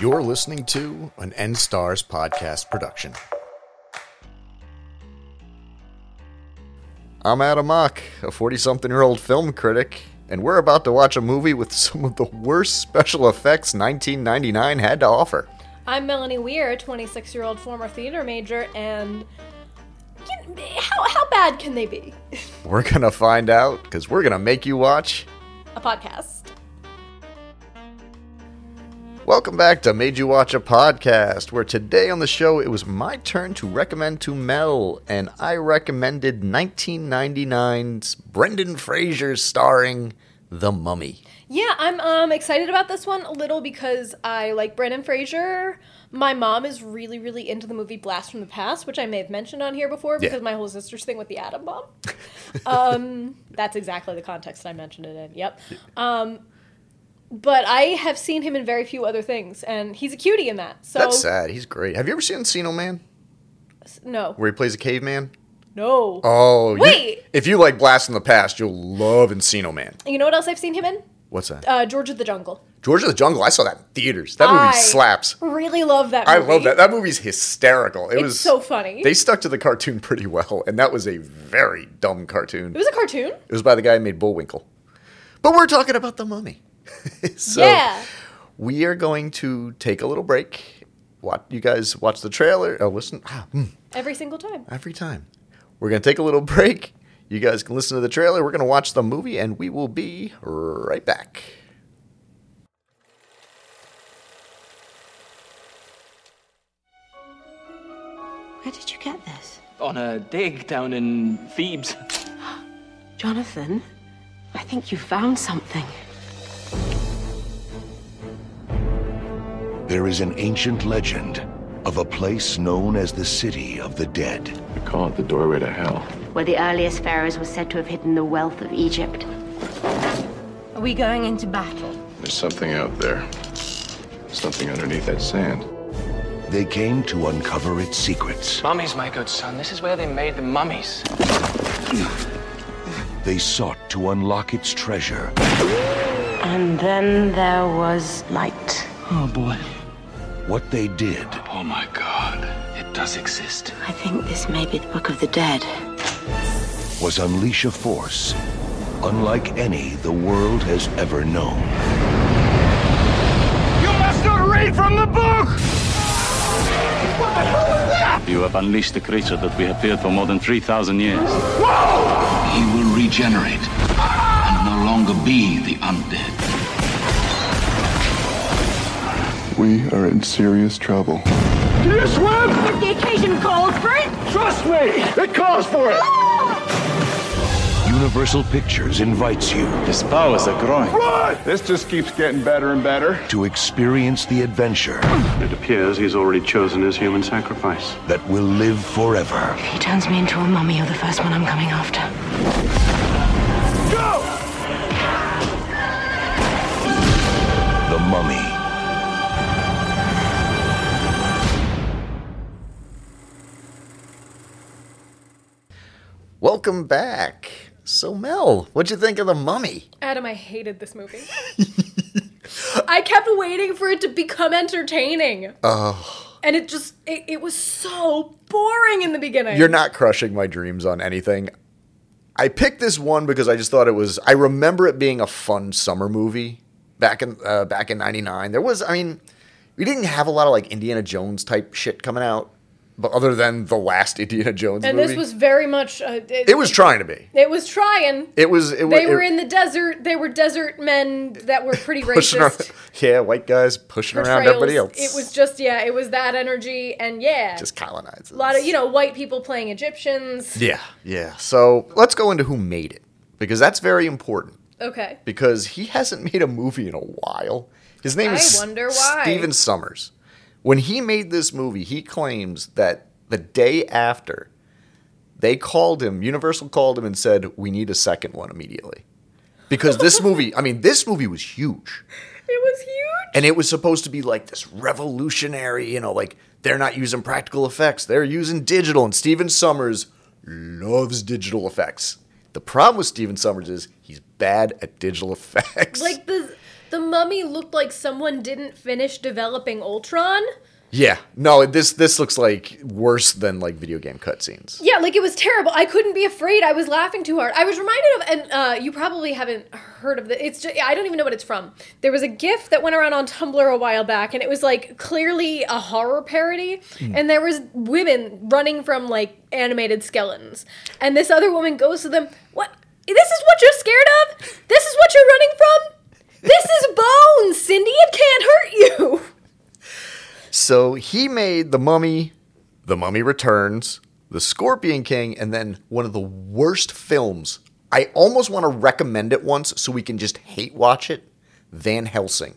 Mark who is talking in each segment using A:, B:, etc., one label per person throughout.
A: You're listening to an N Stars podcast production. I'm Adam Mock, a 40 something year old film critic, and we're about to watch a movie with some of the worst special effects 1999 had to offer.
B: I'm Melanie Weir, a 26 year old former theater major, and can- how, how bad can they be?
A: We're gonna find out, because we're gonna make you watch.
B: A podcast.
A: Welcome back to Made You Watch a Podcast, where today on the show it was my turn to recommend to Mel, and I recommended 1999's Brendan Fraser starring The Mummy.
B: Yeah, I'm um, excited about this one a little because I like Brendan Fraser. My mom is really, really into the movie Blast from the Past, which I may have mentioned on here before
A: Yeah.
B: because my whole sister's thing with the atom bomb. um, that's exactly the context I mentioned it in. Yep. Um, but I have seen him in very few other things, and he's a cutie in that. So
A: That's sad. He's great. Have you ever seen Encino Man,
B: no,
A: where he plays a caveman?
B: no.
A: Oh, you-
B: Wait.
A: if you like Blast from the Past, you'll love Encino Man.
B: You know what else I've seen him in?
A: What's that?
B: Uh, George of the Jungle.
A: George of the Jungle. I saw that in theaters. That movie
B: I
A: slaps.
B: Really love that.
A: I
B: Movie.
A: love that. That movie's hysterical. It
B: It's
A: was
B: so funny.
A: They stuck to the cartoon pretty well, and that was a very dumb cartoon.
B: it was a cartoon.
A: It was by the guy who made Bullwinkle. But we're talking about the mummy. so
B: yeah.
A: we are going to take a little break. Watch, you guys watch the trailer. Oh, listen. Ah, mm,
B: Every single time.
A: every time. We're going to take a little break. You guys can listen to the trailer. We're going to watch the movie, and we will be right back.
C: Where did you get this?
D: on a dig down in Thebes.
C: Jonathan, I think you found something.
E: There is an ancient legend of a place known as the City of the Dead.
F: They call it the doorway to hell.
G: where the earliest pharaohs were said to have hidden the wealth of Egypt.
C: Are we going into battle?
F: There's something out there. Something underneath that sand.
E: They came to uncover its secrets.
D: Mummies, my good son. This is where they made the mummies.
E: They sought to unlock its treasure,
G: And then there was light.
D: Oh boy.
E: what they did,
F: Oh my god. It does exist.
G: I think this may be the Book of the Dead.
E: was unleash a force unlike any the world has ever known.
H: You have unleashed the creature that we have feared for more than 3,000 years.
I: He will regenerate and no longer be the undead.
F: We are in serious trouble.
G: The occasion called for it!
E: Universal Pictures invites you
H: His powers are growing.
F: This just keeps getting better and better.
E: to experience the adventure
H: It appears he's already chosen his human sacrifice.
E: that will live forever.
G: If he turns me into a mummy, you're the first one I'm coming after.
E: The Mummy.
A: Welcome back. So, Mel, what'd you think of The Mummy?
B: Adam, I hated this movie. I kept waiting for it to become entertaining. Oh. And it just it, it was so boring in the beginning.
A: You're not crushing my dreams on anything. I picked this one because I just thought it was. I remember it being a fun summer movie back in uh, back in '99. There was, I mean, we didn't have a lot of like Indiana Jones type shit coming out, but other than the last Indiana Jones
B: and
A: movie,
B: this was very much uh,
A: it was trying to be.
B: it was trying.
A: It was. It,
B: they
A: it,
B: were in the desert. They were desert men that were pretty
A: pushing
B: racist.
A: around- yeah, white guys pushing around
B: portrayals.
A: everybody else.
B: It was just yeah, it was that energy and yeah.
A: just colonized.
B: a lot of you know white people playing Egyptians.
A: Yeah, yeah. So let's go into who made it because that's very important.
B: Okay.
A: because he hasn't made a movie in a while. His name
B: I
A: is
B: wonder why.
A: Steven Summers. When he made this movie, he claims that the day after they called him, Universal called him and said, "We need a second one immediately." Because this movie, I mean, this movie was huge.
B: It was huge.
A: And it was supposed to be like this revolutionary, you know, like they're not using practical effects, they're using digital. And Steven Summers loves digital effects. The problem with Steven Summers is he's bad at digital effects.
B: Like the The mummy looked like someone didn't finish developing Ultron.
A: Yeah, no, this this looks like worse than like video game cutscenes.
B: Yeah, like it was terrible. I couldn't be afraid. I was laughing too hard. I was reminded of, and uh, you probably haven't heard of the. It's just, I don't even know what it's from. There was a GIF that went around on Tumblr a while back, and it was like clearly a horror parody,
A: Hmm.
B: and there was women running from like animated skeletons, and this other woman goes to them. What? This is what you're scared of. This is what you're running from. This is bones, Cindy. It can't hurt you.
A: So he made The Mummy, The Mummy Returns, The Scorpion King, and then one of the worst films. I almost want to recommend it once so we can just hate watch it. Van Helsing.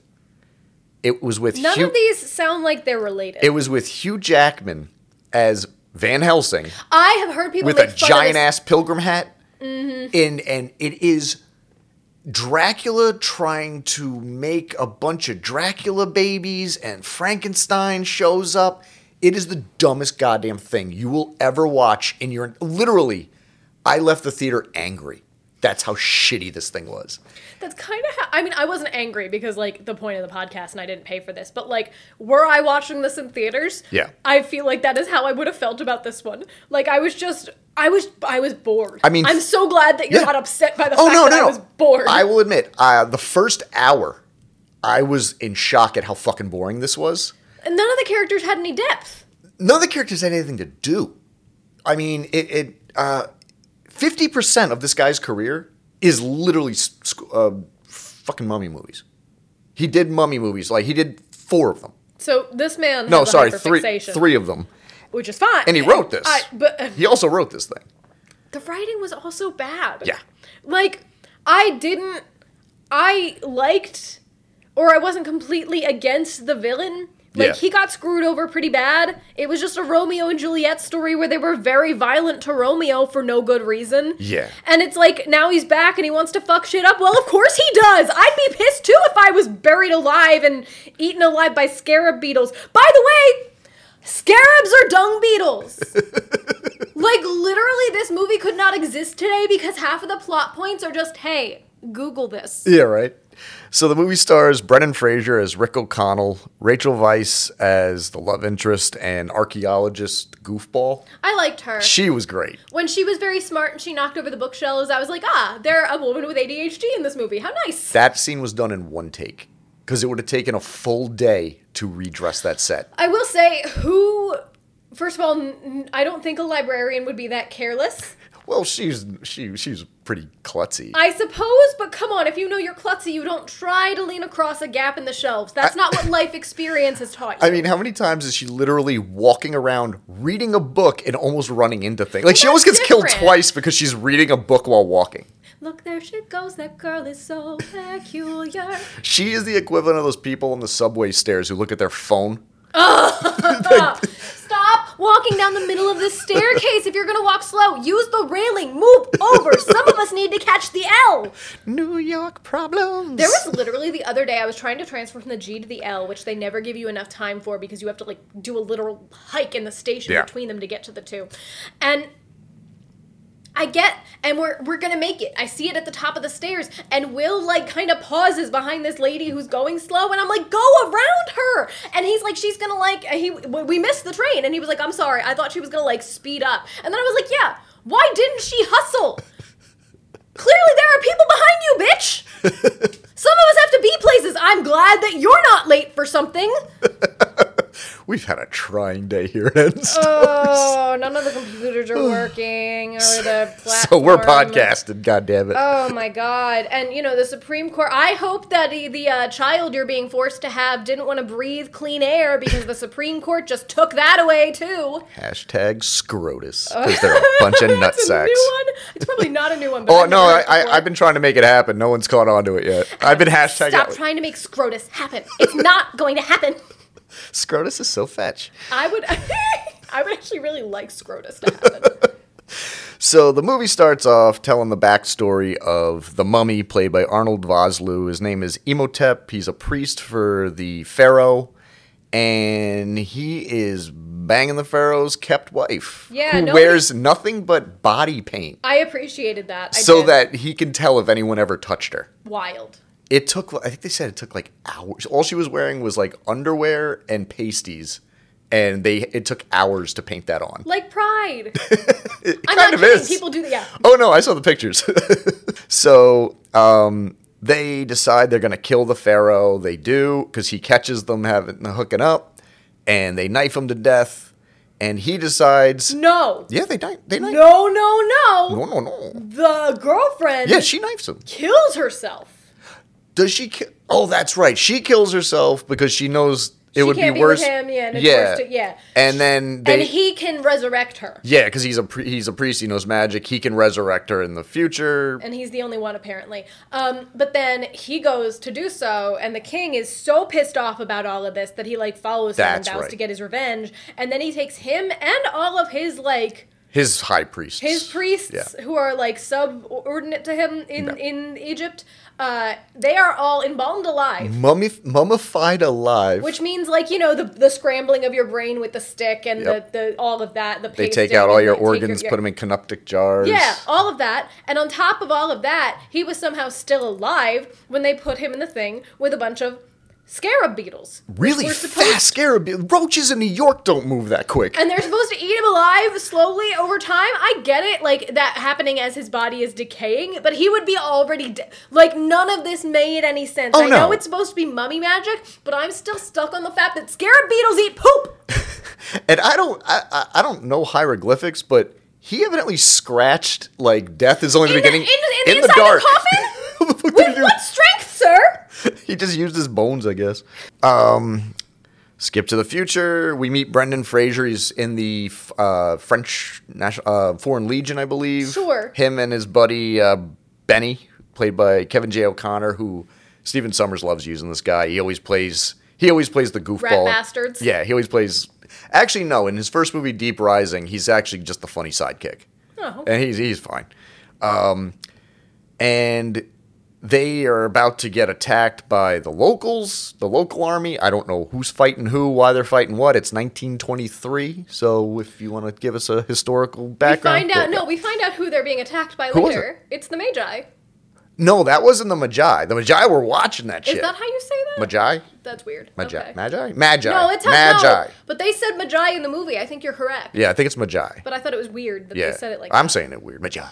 A: It was with
B: None
A: Hugh,
B: of these sound like they're related.
A: It was with Hugh Jackman as Van Helsing
B: I have heard people
A: with a
B: make fun of
A: giant
B: this.
A: ass pilgrim hat.
B: Mm-hmm.
A: And and it is Dracula trying to make a bunch of Dracula babies and Frankenstein shows up. It is the dumbest goddamn thing you will ever watch in your literally I left the theater angry. That's how shitty this thing was.
B: That's kind of how. I mean, I wasn't angry because, like, the point of the podcast and I didn't pay for this, but, like, were I watching this in theaters?
A: Yeah.
B: I feel like that is how I would have felt about this one. Like, I was just. I was I was bored.
A: I mean-
B: I'm so glad that you're
A: Yeah. Oh,
B: not upset by the fact that I was bored.
A: I will admit, uh, the first hour, I was in shock at how fucking boring this was.
B: and none of the characters had any depth.
A: none of the characters had anything to do. I mean, it, it uh, 50% of this guy's career is literally s- sc- uh, fucking mummy movies. He did mummy movies, like he did four of them.
B: So this man.
A: No,
B: has a
A: sorry, three,
B: hyperfixation,
A: three of them.
B: which is fine.
A: And he wrote this.
B: I, but uh,
A: He also wrote this thing.
B: the writing was also bad.
A: Yeah.
B: Like, I didn't. I liked, or I wasn't completely against the villain. Like,
A: Yeah.
B: he got screwed over pretty bad. It was just a Romeo and Juliet story where they were very violent to Romeo for no good reason.
A: Yeah.
B: And it's like, now he's back and he wants to fuck shit up. Well, of course he does. I'd be pissed too if I was buried alive and eaten alive by scarab beetles. By the way, scarabs are dung beetles. Like literally, this movie could not exist today because half of the plot points are just, "Hey, Google this."
A: Yeah, right. So the movie stars Brendan Fraser as Rick O'Connell, Rachel Weisz as the love interest and archaeologist goofball.
B: I liked her
A: She was great.
B: when she was very smart and she knocked over the bookshelves. I was like, "Ah, they're a woman with ADHD in this movie. How nice."
A: That scene was done in one take because it would have taken a full day to redress that set.
B: I will say, who? First of all, n- n- I don't think a librarian would be that careless.
A: Well, she's she she's pretty klutzy.
B: I suppose, but come on, if you know you're klutzy, you don't try to lean across a gap in the shelves. That's not what life experience has taught you.
A: I mean, how many times is she literally walking around reading a book and almost running into things? Like she almost gets
B: that's
A: killed
B: different.
A: twice because she's reading a book while walking.
B: Look, there she goes. That girl is so peculiar.
A: She is the equivalent of those people on the subway stairs who look at their phone.
B: Stop walking down the middle of the staircase if you're gonna walk slow. Use the railing. Move over. Some of us need to catch the L.
A: New York problems.
B: There was literally the other day I was trying to transfer from the G to the L, which they never give you enough time for because you have to like do a literal hike in the station
A: Yeah.
B: between them to get to the two. And I get and we're we're gonna make it. I see it at the top of the stairs, and Will like kind of pauses behind this lady who's going slow, and I'm like, go around her, and he's like, she's gonna like he we we missed the train, and he was like, I'm sorry, I thought she was gonna like speed up, and then I was like, yeah, why didn't she hustle? Clearly, there are people behind you, bitch. Some of us have to be places. I'm glad that you're not late for something.
A: We've had a trying day here at End
B: Oh, none of the computers are working, or the
A: Stars. So we're podcasting, goddammit. it.
B: Oh my God! And you know the Supreme Court. I hope that the, the uh, child you're being forced to have didn't want to breathe clean air because the Supreme Court just took that away too.
A: Hashtag Scrotus. Because they're a bunch of
B: Oh, That's a
A: nutsacks.
B: new one. It's probably not a new one. But
A: Oh
B: I've
A: no,
B: never
A: I,
B: heard it
A: I
B: before.
A: I've been trying to make it happen. No one's caught on to it yet. I've been hashtagging.
B: Stop trying to make Scrotus happen. It's not going to happen.
A: Scrotus is so fetch.
B: I would. I would actually really like Scrotus to happen.
A: So the movie starts off telling the backstory of the mummy played by Arnold Vosloo. His name is Imhotep. He's a priest for the pharaoh, and he is banging the pharaoh's kept wife,
B: Yeah,
A: who
B: nobody-
A: wears nothing but body paint,
B: I appreciated that. I
A: so
B: did.
A: that he can tell if anyone ever touched her.
B: wild.
A: It took, I think they said it took like hours. All she was wearing was like underwear and pasties, and they it took hours to paint that on.
B: Like Pride.
A: It
B: I'm
A: kind
B: not
A: of
B: kidding.
A: is.
B: People do that. Yeah.
A: Oh no, I saw the pictures. so um, they decide they're going to kill the pharaoh. They do because he catches them having hooking up, and they knife him to death. And he decides,
B: No.
A: yeah, they knife. They knife.
B: No, no,
A: no,
B: no.
A: no, no.
B: The girlfriend
A: Yeah, she knifes him.
B: kills herself.
A: Does she? Ki- oh, that's right. She kills herself because she knows it
B: She
A: would
B: can't
A: be
B: be with
A: worse.
B: him, yeah, and it's worse to- yeah.
A: And then they.
B: and he can resurrect her.
A: yeah, because he's a pri- he's a priest. He knows magic. He can resurrect her in the future.
B: and he's the only one apparently. Um, but then he goes to do so, and the king is so pissed off about all of this that he like follows him and
A: That's
B: vows
A: right.
B: to get his revenge. And then he takes him and all of his like
A: his high priest.
B: his priests
A: Yeah.
B: who are like subordinate to him in
A: Yeah.
B: in Egypt. Uh, they are all embalmed alive.
A: Mummif- mummified alive.
B: Which means, like you know, the the scrambling of your brain with the stick and
A: Yep.
B: the, the all of that. The
A: they
B: pasting
A: take out all
B: and,
A: your
B: like, take
A: organs,
B: yeah.
A: put them in canoptic jars.
B: Yeah, all of that. And on top of all of that, he was somehow still alive when they put him in the thing with a bunch of scarab beetles. which
A: really
B: were supposed-
A: fast scarab. Roaches in New York don't move that quick.
B: And they're supposed to eat him alive slowly over time. I get it, like that happening as his body is decaying, but he would be already de- like none of this made any sense.
A: Oh,
B: I
A: no.
B: know it's supposed to be mummy magic, but I'm still stuck on the fact that scarab beetles eat poop.
A: And I don't, I, I, I don't know hieroglyphics, but he evidently scratched like death is only the
B: In the-
A: beginning
B: in the- in the inside the coffin?
A: What the fuck did he
B: With
A: do?
B: what strength, sir?
A: he just used his bones, I guess. Um, skip to the future. We meet Brendan Fraser. He's in the f- uh, French national uh, Foreign Legion, I believe.
B: Sure.
A: Him and his buddy uh, Benny, played by Kevin J. O'Connor, who Stephen Summers loves using this guy. He always plays. He always plays the goofball.
B: bastards.
A: Yeah, he always plays. Actually, no. In his first movie, Deep Rising, he's actually just the funny sidekick,
B: Oh.
A: and he's he's fine. Um, and they are about to get attacked by the locals, the local army. I don't know who's fighting who, why they're fighting what. It's 1923, so if you want to give us a historical
B: We
A: background,
B: find out. No, we find out who they're being attacked by
A: Who was
B: later. It's the Magi.
A: no, that wasn't the Magi. The Magi were watching that
B: Is
A: shit.
B: that how you say that?
A: Magi,
B: That's weird.
A: Magi,
B: Okay.
A: Magi, Magi,
B: No, it's how
A: Magi.
B: No, but they said Magi in the movie. I think you're correct.
A: Yeah, I think it's Magi.
B: But I thought it was weird that
A: yeah,
B: they said it like
A: I'm saying it weird, Magi.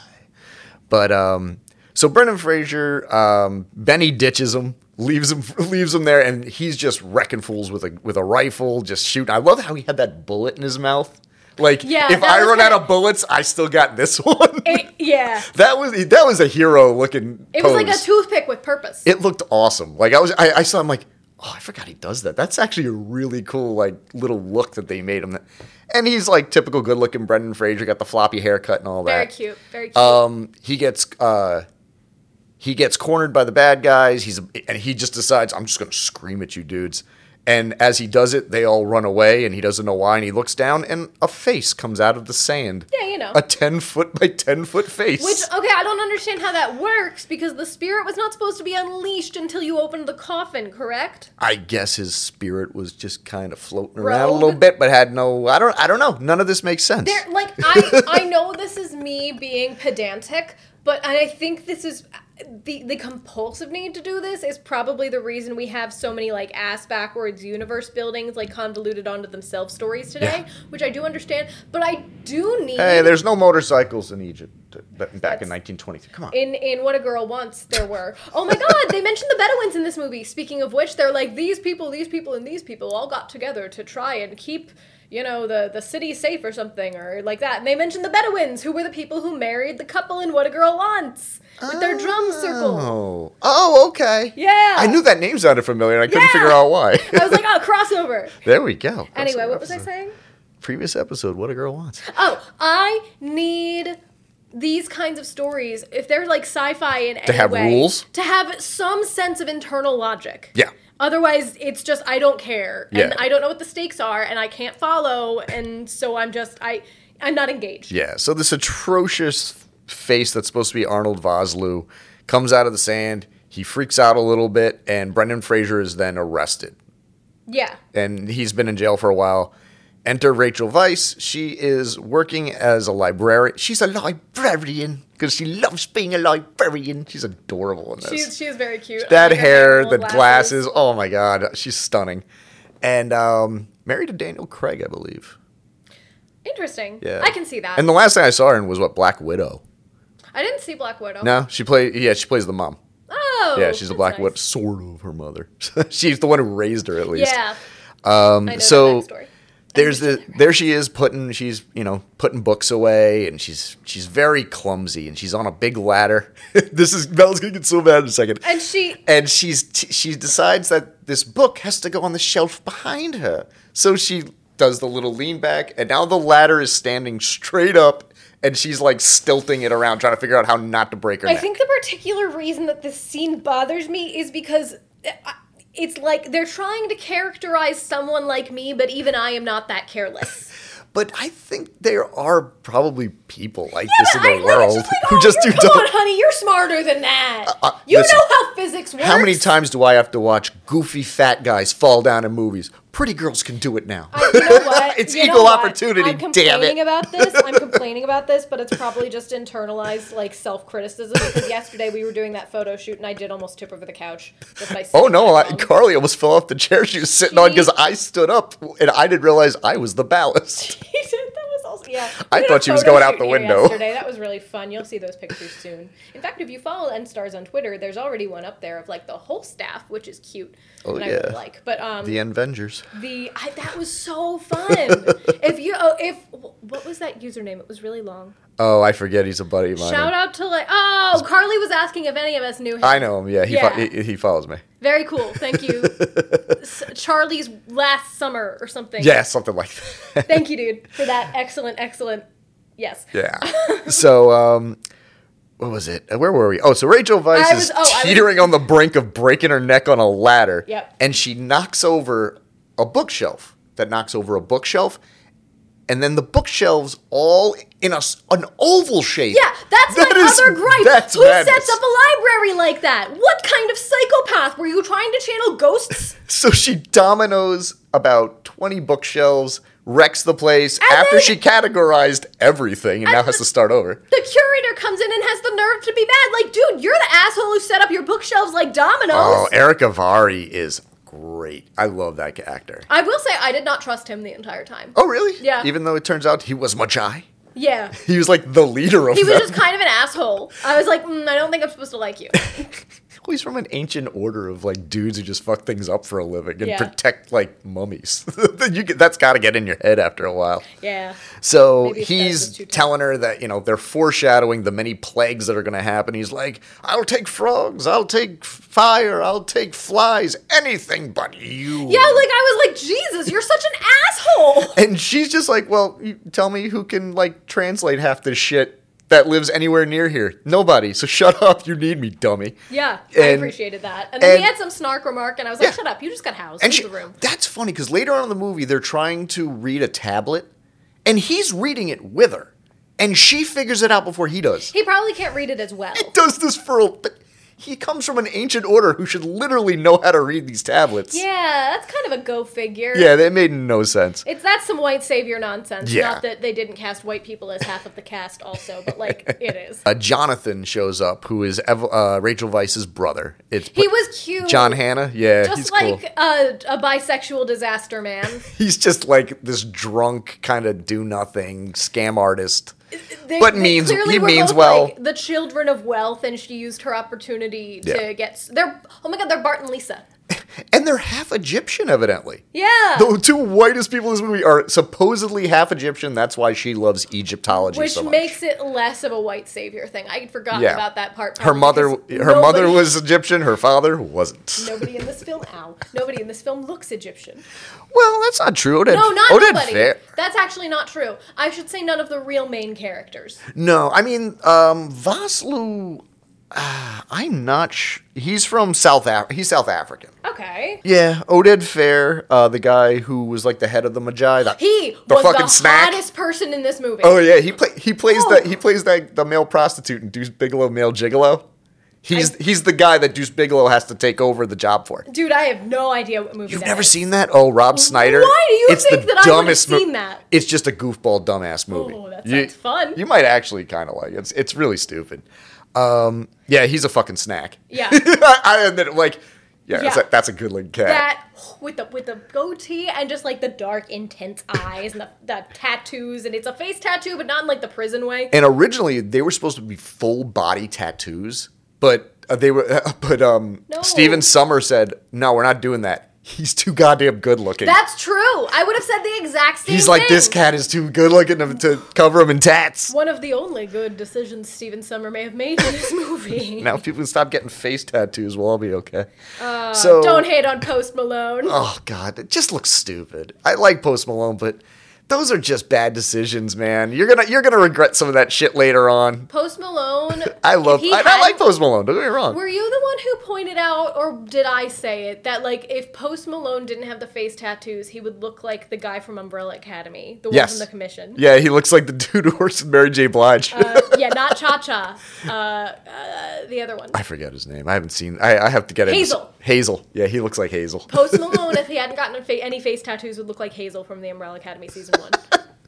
A: But um, so Brendan Fraser, um, Benny ditches him, leaves him, leaves him there, and he's just wrecking fools with a with a rifle, just shooting. I love how he had that bullet in his mouth. Like,
B: Yeah,
A: if
B: that
A: I
B: was
A: run
B: kinda-
A: out of bullets, I still got this one.
B: that. It- yeah.
A: that was that was a hero looking.
B: It was like a
A: pose.
B: toothpick with purpose.
A: It looked awesome. Like I was, I, I saw him like, oh, I forgot he does that. That's actually a really cool like little look that they made him. And he's like typical good looking Brendan Fraser, got the floppy haircut and all that.
B: very cute. Very cute.
A: Um, he gets uh, he gets cornered by the bad guys. He's and he just decides, I'm just gonna scream at you dudes. And as he does it, they all run away, and he doesn't know why. And he looks down, and a face comes out of the sand.
B: Yeah, you know.
A: a ten foot by ten foot face.
B: Which uh, okay, I don't understand how that works because the spirit was not supposed to be unleashed until you opened the coffin, correct?
A: I guess his spirit was just kind of floating around a
B: Rogue.
A: little bit, but had no. I don't. I don't know. None of this makes sense.
B: There, like I, I know this is me being pedantic, but I think this is the the compulsive need to do this is probably the reason we have so many like ass backwards universe buildings like convoluted onto themselves stories today,
A: Yeah.
B: which I do understand. But I do need
A: hey, there's no motorcycles in Egypt uh, back in
B: That's-
A: 1923. Come on.
B: in in What a Girl Wants there were. Oh my God, they mentioned the Bedouins in this movie. Speaking of which, they're like these people, these people, and these people all got together to try and keep. You know the the city safe or something or like that. And they mentioned the Bedouins, who were the people who married the couple in What a Girl Wants with their drum circle.
A: Oh. Oh. Okay.
B: Yeah.
A: I knew that name sounded familiar, and I couldn't
B: Yeah.
A: figure out why.
B: I was like, oh, crossover.
A: there we go. That's
B: Anyway,
A: an
B: what was I
A: episode.
B: saying?
A: Previous episode. What a girl wants.
B: Oh, I need these kinds of stories if they're like sci-fi in any
A: have
B: way,
A: rules?
B: to have some sense of internal logic.
A: Yeah.
B: Otherwise, it's just I don't care,
A: Yeah.
B: and I don't know what the stakes are, and I can't follow, and so I'm just I I'm not engaged.
A: Yeah. So this atrocious face that's supposed to be Arnold Vosloo comes out of the sand. He freaks out a little bit, and Brendan Fraser is then arrested.
B: Yeah.
A: and he's been in jail for a while. Enter Rachel Weisz. She is working as a librarian. She's a librarian because she loves being a librarian. She's adorable in this.
B: She's she is very cute. I
A: that
B: like her
A: hair,
B: little
A: the glasses. Oh my god, she's stunning. And um, married to Daniel Craig, I believe.
B: Interesting.
A: Yeah,
B: I can see that.
A: And the last thing I saw her in was what Black Widow.
B: I didn't see Black Widow.
A: No, she play. Yeah, she plays the mom.
B: Oh.
A: yeah, she's a
B: that's
A: Black
B: nice.
A: Widow, sort of her mother. she's the one who raised her, at least. Um,
B: Yeah. I know
A: so
B: that backstory.
A: there's the there she is putting she's you know putting books away and she's she's very clumsy and she's on a big ladder. this is Mel's gonna get so mad in a second.
B: And she-
A: and she's t- she decides that this book has to go on the shelf behind her, so she does the little lean back and now the ladder is standing straight up and she's like stilting it around trying to figure out how not to break her
B: I
A: neck.
B: think the particular reason that this scene bothers me is because I- it's like they're trying to characterize someone like me, but even I am not that careless.
A: But I think there are probably people like this in
B: But
A: the
B: I- like, it's
A: world
B: just like,
A: who
B: "Oh,
A: just do
B: you're-
A: don't.
B: Come on, honey, you're smarter than that.
A: uh,
B: you
A: listen.
B: know how physics works.
A: How many times do I have to watch goofy fat guys fall down in movies? Pretty girls can do it now.
B: I- you know what?
A: It's
B: You know
A: equal
B: what?
A: opportunity,
B: I'm
A: damn
B: complaining
A: it.
B: about this. I'm complaining about this, but it's probably just internalized like self criticism. Because yesterday we were doing that photo shoot, and I did almost tip over the couch. Just by
A: Oh
B: sitting
A: no,
B: down
A: I,
B: wrong.
A: Carly almost fell off the chair she was sitting on because I stood up and I didn't realize I was the ballast.
B: He said that was also yeah. We
A: I
B: did a
A: thought she was
B: photo
A: going out
B: shoot
A: the
B: here
A: window.
B: Yesterday, that was really fun. You'll see those pictures soon. In fact, if you follow N Stars on Twitter, there's already one up there of like the whole staff, which is cute.
A: Oh,
B: and I
A: yeah.
B: really like. But um,
A: The
B: the,
A: Avengers.
B: I, that was so fun. if you oh, if what was that username? It was really long.
A: Oh, I forget he's a buddy of mine.
B: Shout out to like oh, Carly was asking if any of us knew him.
A: I know him. Yeah, he,
B: Yeah.
A: Fo- he he follows me.
B: Very cool. Thank you. S- Charlie's last summer or something.
A: Yeah, something like that.
B: Thank you, dude, for that excellent, excellent. Yes.
A: Yeah. so, um, what was it? Where were we? Oh, so Rachel Weisz
B: I
A: is
B: was- oh, I was-
A: teetering on the brink of breaking her neck on a ladder.
B: Yep.
A: And she knocks over a bookshelf that knocks over a bookshelf. And then the bookshelves all in a, s- an oval shape.
B: Yeah, that's
A: That
B: my
A: is-
B: other gripe.
A: That's
B: Who
A: madness.
B: sets up a library like that? What kind of psychopath were you trying to channel ghosts?
A: So she dominoes about 20 bookshelves, wrecks the place
B: And
A: after
B: then-
A: she categorized everything and now has to start over.
B: the curator comes in and has the nerve to be mad. Like, dude, you're the asshole who set up your bookshelves like dominoes.
A: Oh, Eric Avari is great. I love that actor.
B: I will say I did not trust him the entire time.
A: Oh, really?
B: Yeah.
A: Even though it turns out he was Machai.
B: Yeah.
A: He was like the leader of
B: He was
A: them.
B: just kind of an asshole. I was like, mm, I don't think I'm supposed to like you.
A: Well, he's from an ancient order of like dudes who just fuck things up for a living and
B: Yeah.
A: protect like mummies. you get, that's got to get in your head after a while.
B: Yeah.
A: So
B: Maybe it's best
A: he's
B: it's too
A: telling her that, you know, they're foreshadowing the many plagues that are going to happen. He's like, I'll take frogs, I'll take fire, I'll take flies, anything but you.
B: Yeah, like I was like, Jesus, you're such an asshole.
A: And she's just like, well, you tell me who can like translate half this shit that lives anywhere near here. Nobody. So shut up. You need me, dummy.
B: Yeah, I
A: And-
B: appreciated that. And then
A: and-
B: he had some snark remark, and I was like,
A: Yeah.
B: shut up, you just got housed.
A: And
B: Leave
A: she,
B: the room.
A: that's funny because later on in the movie, they're trying to read a tablet, and he's reading it with her, and she figures it out before he does.
B: He probably can't read it as well.
A: He does this for a. But he comes from an ancient order who should literally know how to read these tablets.
B: Yeah, that's kind of a go figure.
A: Yeah, that made no sense.
B: It's that's some white savior nonsense.
A: Yeah.
B: Not that they didn't cast white people as half of the cast also, but like it is.
A: Uh, Jonathan shows up, who is Ev- uh, Rachel Weiss's brother. It's
B: He was cute.
A: John Hannah. Yeah,
B: Just
A: he's
B: like
A: cool.
B: a, a bisexual disaster man.
A: He's just like this drunk kind of do nothing scam artist.
B: They-
A: But
B: they
A: means-
B: clearly
A: he
B: were
A: means
B: both,
A: well.
B: like, the children of wealth, and she used her opportunity
A: Yeah.
B: to get. s- They're oh my god, they're Bart and Lisa.
A: And they're half Egyptian, evidently.
B: Yeah,
A: The two whitest people in this movie are supposedly half Egyptian. That's why she loves Egyptology
B: which
A: so much.
B: makes it less of a white savior thing. I had forgotten
A: Yeah.
B: about that part.
A: her
B: probably
A: mother, her
B: because nobody-
A: mother was Egyptian. Her father wasn't.
B: Nobody in this film, ow! Nobody in this film looks Egyptian.
A: Well, that's not true. Odette,
B: No, not
A: Odette
B: nobody.
A: Oh, Fair-
B: That's actually not true. I should say none of the real main characters.
A: No, I mean um, Vaslu. ah, I'm not. Sh- he's from South. Af- he's South African.
B: Okay.
A: Yeah, Oded Fair, uh, the guy who was like the head of the Magi. The,
B: He
A: the
B: was
A: fucking
B: the
A: snack.
B: hottest person in this movie.
A: Oh yeah, he play he plays
B: Oh.
A: that he plays that the male prostitute in Deuce Bigelow Male Gigolo. He's he's the guy that Deuce Bigelow has to take over the job for.
B: Dude, I have no idea what movie
A: You've
B: that
A: never
B: is.
A: seen that? Oh, Rob Snyder.
B: Why do you think that I would've
A: mo-
B: seen that?
A: It's just a goofball dumbass movie.
B: Oh, that
A: You-
B: sounds fun.
A: You might actually kind of like it. It's it's really stupid. Um, yeah, he's a fucking snack.
B: Yeah.
A: I admit, like, yeah, That's,
B: Yeah.
A: a, that's a good looking cat.
B: that with the with the goatee and just like the dark intense eyes and the, the tattoos and it's a face tattoo but not in like the prison way
A: And originally they were supposed to be full body tattoos, but uh, they were but um
B: No.
A: Steven Summer said, "No, we're not doing that. He's too goddamn good looking."
B: that's true i would have said the exact same
A: He's like
B: thing.
A: this cat is too good looking to, to cover him in tats.
B: one of the only good decisions steven summer may have made in this movie
A: Now if people stop getting face tattoos, we'll all be okay. so
B: Uh, don't hate on post malone
A: Oh god, it just looks stupid. I like Post Malone, but those are just bad decisions, man. You're gonna you're gonna regret some of that shit later on.
B: post malone
A: I
B: if
A: love
B: he
A: I, I
B: had-
A: like Post Malone. Don't get me wrong.
B: were you the one who pointed out or did i say it that like if post malone didn't have the face tattoos he would look like the guy from umbrella academy the one
A: Yes.
B: from the commission Uh,
A: Yeah, he looks like the dude who works with Mary J. Blige.
B: yeah, not Cha Cha. Uh, uh, the other one.
A: I forget his name. I haven't seen. I, I have to get into-
B: Hazel.
A: Hazel. Yeah, he looks like Hazel.
B: Post Malone, if he hadn't gotten a fa- any face tattoos, would look like Hazel from the Umbrella Academy season one.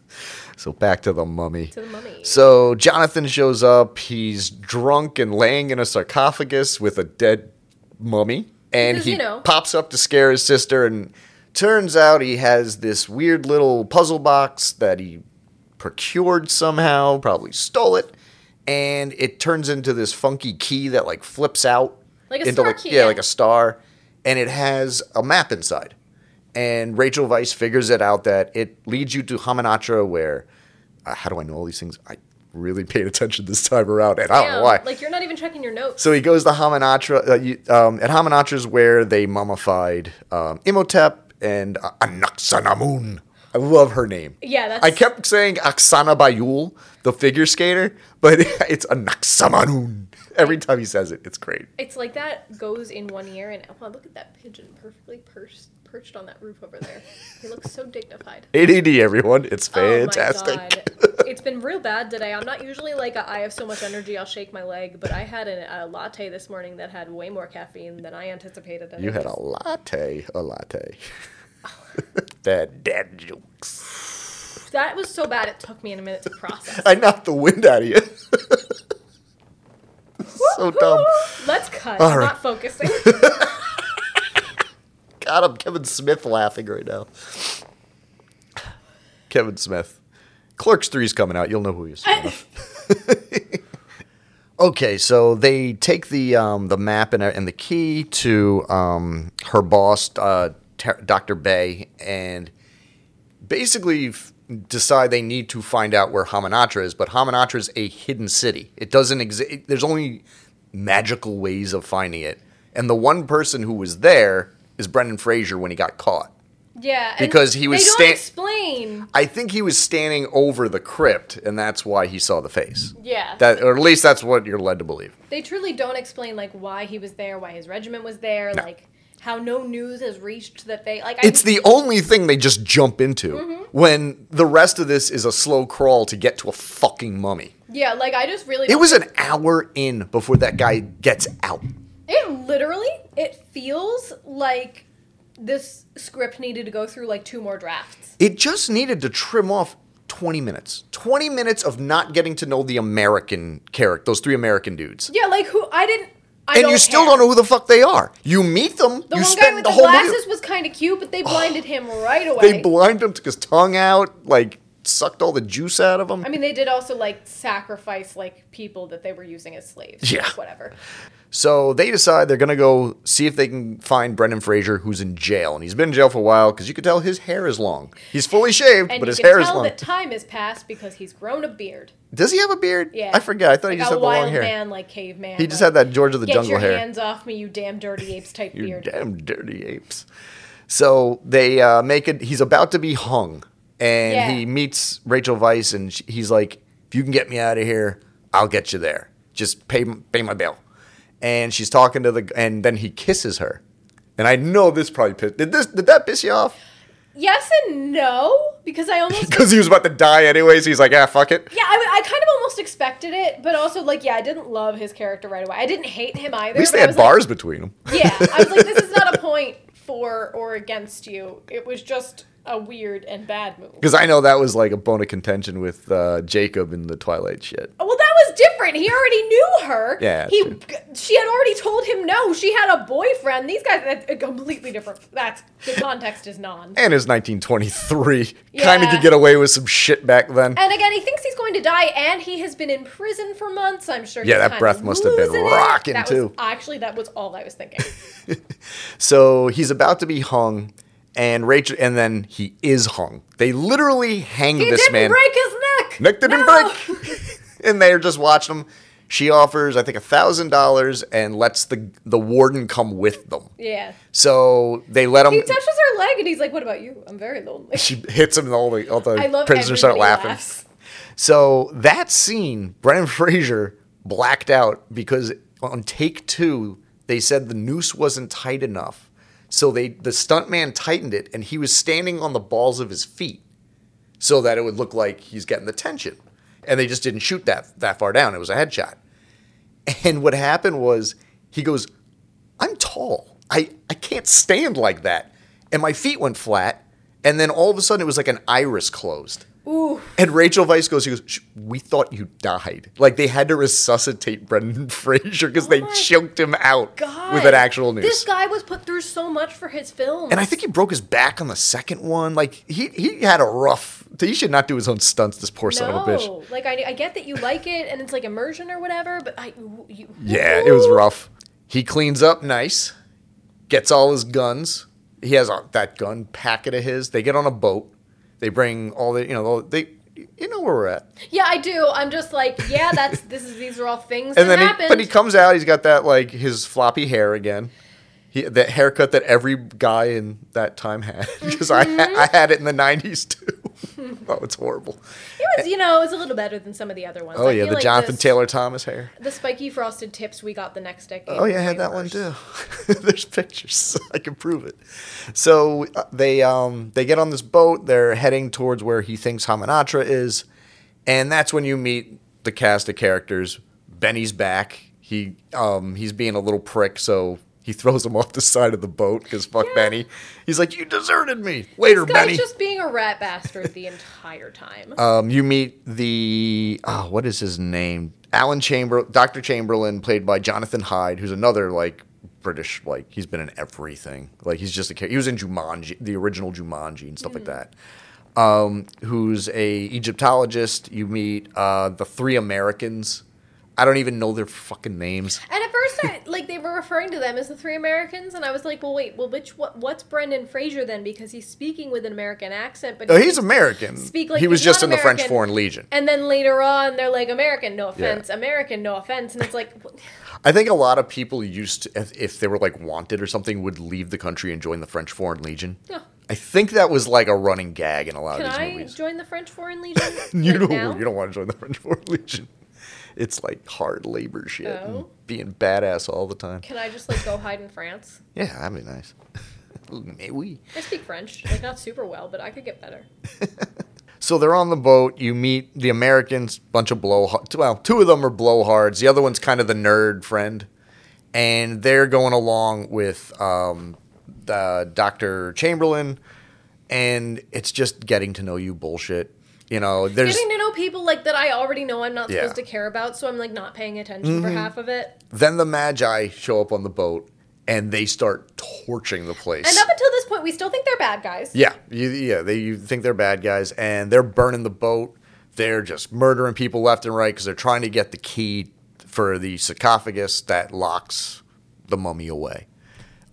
A: so back to the mummy.
B: to the mummy.
A: So Jonathan shows up. He's drunk and laying in a sarcophagus with a dead mummy, and
B: Because,
A: he
B: you know.
A: pops up to scare his sister. And turns out he has this weird little puzzle box that he procured somehow, probably stole it, and it turns into this funky key that like flips out
B: Like a
A: into
B: star
A: like
B: key,
A: yeah,
B: yeah.
A: like a star, and it has a map inside. And Rachel Weiss figures it out that it leads you to Hamanatra, where uh, how do I know all these things? I really paid attention this time around, and I don't know
B: Damn,
A: why.
B: Like, you're not even checking your notes.
A: So he goes to Hamanatra. Uh, you- um, at Hamanatra's where they mummified um, Imhotep and uh, Anaxanamun. I love her name.
B: Yeah, that's-
A: I kept saying Aksana Bayul, the figure skater, but it's Anaxamanun. Every time he says it, it's great.
B: it's like that goes in one ear, and oh, wow, look at that pigeon perfectly perched, perched on that roof over there. He looks so dignified.
A: ADD, everyone. It's
B: Oh my
A: fantastic.
B: God. it's been real bad today. I'm not usually like a, I have so much energy I'll shake my leg, but I had a, a latte this morning that had way more caffeine than I anticipated. and
A: You
B: I
A: had
B: just-
A: a latte, a latte. Bad dad jokes.
B: That was so bad it took me a minute to process.
A: I knocked the wind out of you. so dumb.
B: Let's cut.
A: All
B: I'm
A: right.
B: not focusing.
A: God, I'm Kevin Smith laughing right now. Kevin Smith. Clerks 3 is coming out. You'll know who he is. soon enough. okay, so they take the um, the map and, and the key to um, her boss, uh, Ter- Dr. Bay, and basically f- decide they need to find out where Hamanatra is, but Hamanatra is a hidden city. It doesn't exist. There's only magical ways of finding it. And the one person who was there is Brendan Fraser when he got caught.
B: yeah, and
A: Because he was
B: They don't
A: sta-
B: explain.
A: I think he was standing over the crypt, and that's why he saw the face.
B: Yeah.
A: That, or at least that's what you're led to believe.
B: They truly don't explain like why he was there, why his regiment was there,
A: No.
B: like how no news has reached that they like.
A: It's
B: I, Mm-hmm.
A: the only thing they just jump into when the rest of this is a slow crawl to get to a fucking mummy.
B: yeah, like I just really.
A: It was an hour in before that guy gets out.
B: It literally it feels like this script needed to go through like two more drafts.
A: It just needed to trim off 20 minutes. 20 minutes of not getting to know the American character, those three American dudes.
B: Yeah, like who I didn't. I
A: and you still
B: care.
A: don't know who the fuck they are. You meet them,
B: The
A: you
B: one
A: spend
B: guy with
A: the,
B: the,
A: whole movie-
B: glasses was kind of cute, but they blinded him right away.
A: They blind him, took his tongue out, like sucked all the juice out of him.
B: I mean, they did also like sacrifice like people that they were using as slaves.
A: Yeah.
B: Whatever.
A: so they decide they're gonna go see if they can find Brendan Fraser, who's in jail, and he's been in jail for a while because you could tell his hair is long. He's fully shaved,
B: And
A: but
B: you
A: his
B: can
A: hair is
B: tell
A: long.
B: that time has passed because he's grown a beard.
A: Does he have a beard?
B: Yeah.
A: I forget. I thought he
B: Like
A: just
B: a
A: had the long
B: wild
A: hair.
B: man, like caveman.
A: He just
B: like,
A: had that George of the
B: Get
A: Jungle
B: your
A: hair.
B: hands off me, you damn dirty apes type
A: You
B: beard.
A: damn dirty apes. So they uh, make it. He's about to be hung, and
B: Yeah.
A: he meets Rachel Weiss, and sh he's like, "If you can get me out of here, I'll get you there. Just pay m- pay my bill." And she's talking to the, and then he kisses her, and I know this probably pissed. Did this? Did that piss you off?
B: Yes and no, because I almost
A: because he was about to die anyways. He's like, ah, fuck it.
B: yeah, I, I kind of almost expected it, but also like yeah, I didn't love his character right away. I didn't hate him either.
A: At least
B: but
A: they
B: I
A: had
B: was like,
A: bars between them.
B: yeah, I was like, this is not a point for or against you. It was just a weird and bad move.
A: Because I know that was like a bone of contention with uh, Jacob in the Twilight shit.
B: Oh, Well, that was different. He already knew her.
A: Yeah,
B: He,
A: true.
B: she had already told him no. She had a boyfriend. These guys, that's a completely different. That's the context is non.
A: And it's 1923. Kind of
B: Yeah.
A: could get away with some shit back then.
B: And again, he thinks he's going to die, and he has been in prison for months. I'm sure.
A: Yeah,
B: he's
A: that
B: kinda
A: breath must have been
B: losing it.
A: rocking,
B: That was-
A: too.
B: actually, that was all I was thinking.
A: So he's about to be hung, and Rachel, and then he is hung. They literally hang
B: He
A: this
B: didn't
A: man.
B: break his neck.
A: Nick didn't
B: No.
A: break. and they're just watching him. She offers, I think, a thousand dollars and lets the the warden come with them.
B: Yeah.
A: So they let him.
B: He touches her leg, and he's like, "What about you? I'm very lonely."
A: she hits him, and all the, all the
B: I love
A: prisoners start
B: everybody
A: laughing.
B: laughs.
A: So that scene, Brendan Fraser blacked out because on take two, they said the noose wasn't tight enough. So they the stuntman tightened it and he was standing on the balls of his feet so that it would look like he's getting the tension. And they just didn't shoot that that far down. It was a headshot. And what happened was he goes, I'm tall. I, I can't stand like that. And my feet went flat. And then all of a sudden it was like an iris closed. And Rachel Weisz goes, she goes, "Sh- we thought you died. Like they had to resuscitate Brendan Fraser because they
B: Oh my
A: choked him out
B: God.
A: with an actual noose.
B: This guy was put through so much for his film.
A: and I think he broke his back on the second one. Like he he had a rough. He should not do his own stunts. This poor son of a bitch.
B: No, like I, I get that you like it and it's like immersion or whatever, but I you,
A: Yeah, it was rough. He cleans up nice, gets all his guns. He has a, that gun packet of his. They get on a boat. They bring all the you know they you know where we're at.
B: Yeah, I do. I'm just like, yeah, that's this is these are all things
A: and
B: that
A: then
B: happened.
A: he, but he comes out. He's got that like his floppy hair again. He, that haircut that every guy in that time had because I ha- I had it in the '90s too. oh, it's horrible.
B: it was, you know, it's a little better than some of the other ones.
A: Oh
B: I
A: yeah,
B: feel
A: the
B: like
A: Jonathan
B: this- Oh,
A: Taylor Thomas hair.
B: the spiky frosted tips we got the next decade.
A: Oh yeah, I
B: were
A: had that
B: way
A: one
B: worse.
A: too. There's pictures. I can prove it. So uh, they um they get on this boat. They're heading towards where he thinks Hamanatra is, and that's when you meet the cast of characters. Benny's back. He um he's being a little prick, so he throws him off the side of the boat because fuck
B: Yeah.
A: Benny. He's like, you deserted me. Later,
B: This guy's
A: Benny.
B: just being a rat bastard the entire time.
A: Um, you meet the oh, what is his name? Alan Chamber, Doctor Chamberlain, played by Jonathan Hyde, who's another like British, like he's been in everything. Like he's just a char- he was in Jumanji, the original Jumanji, and stuff like
B: Mm.
A: that. Um, who's a Egyptologist? You meet uh, the three Americans. I don't even know their fucking names.
B: and at first, I, like they were referring to them as the three Americans, and I was like, "Well, wait, well, which what, what's Brendan Fraser then? Because he's speaking with an American accent, but
A: No,
B: he
A: Uh, he's
B: speaks-
A: American.
B: Speak like
A: he was
B: he's
A: just
B: not
A: in the French
B: American.
A: Foreign Legion.
B: And then later on, they're like, American, no offense, American, no offense. And it's like,
A: I think a lot of people used to, if- if they were like wanted or something, would leave the country and join the French Foreign Legion.
B: Yeah.
A: I think that was like a running gag in a lot
B: can
A: of Oh, these
B: I
A: movies.
B: join the French Foreign Legion?
A: you don't,
B: like now?
A: you don't want to join the French Foreign Legion. It's like hard labor shit, and
B: Oh.
A: being badass all the time.
B: Can I just like go hide in France?
A: Yeah, that'd be nice. Maybe.
B: I speak French, like not super well, but I could get better.
A: So they're on the boat. You meet the Americans, bunch of blow. Well, two of them are blowhards. The other one's kind of the nerd friend, and they're going along with um, the Doctor Chamberlain, and it's just getting to know you bullshit. You know, there's
B: Getting to know people like that I already know I'm not
A: Yeah. Mm-hmm.
B: supposed to care about, so I'm like not paying attention for half of it.
A: then the Magi show up on the boat, and they start torching the place.
B: And up until this point, we still think they're bad guys.
A: Yeah, you, yeah. They you think they're bad guys, and they're burning the boat. They're just murdering people left and right because they're trying to get the key for the sarcophagus that locks the mummy away,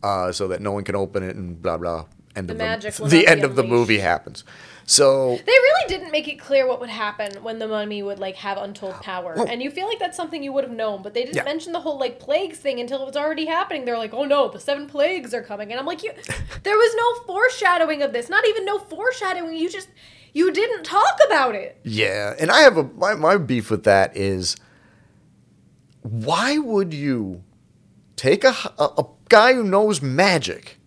A: uh, so that no one can open it and blah blah. End
B: The
A: of
B: magic
A: the,
B: will
A: the
B: not be
A: end of the
B: unleashed.
A: movie happens. So
B: They really didn't make it clear what would happen when the mummy would like have untold power, and you feel like that's something you would have known, but they didn't
A: Yeah.
B: mention the whole like plagues thing until it was already happening. They're like, "Oh no, the seven plagues are coming," and I'm like, "You, there was no foreshadowing of this. Not even no foreshadowing. You just, you didn't talk about it.
A: Yeah, and I have a my, my beef with that is why would you take a, h- a- a guy who knows magic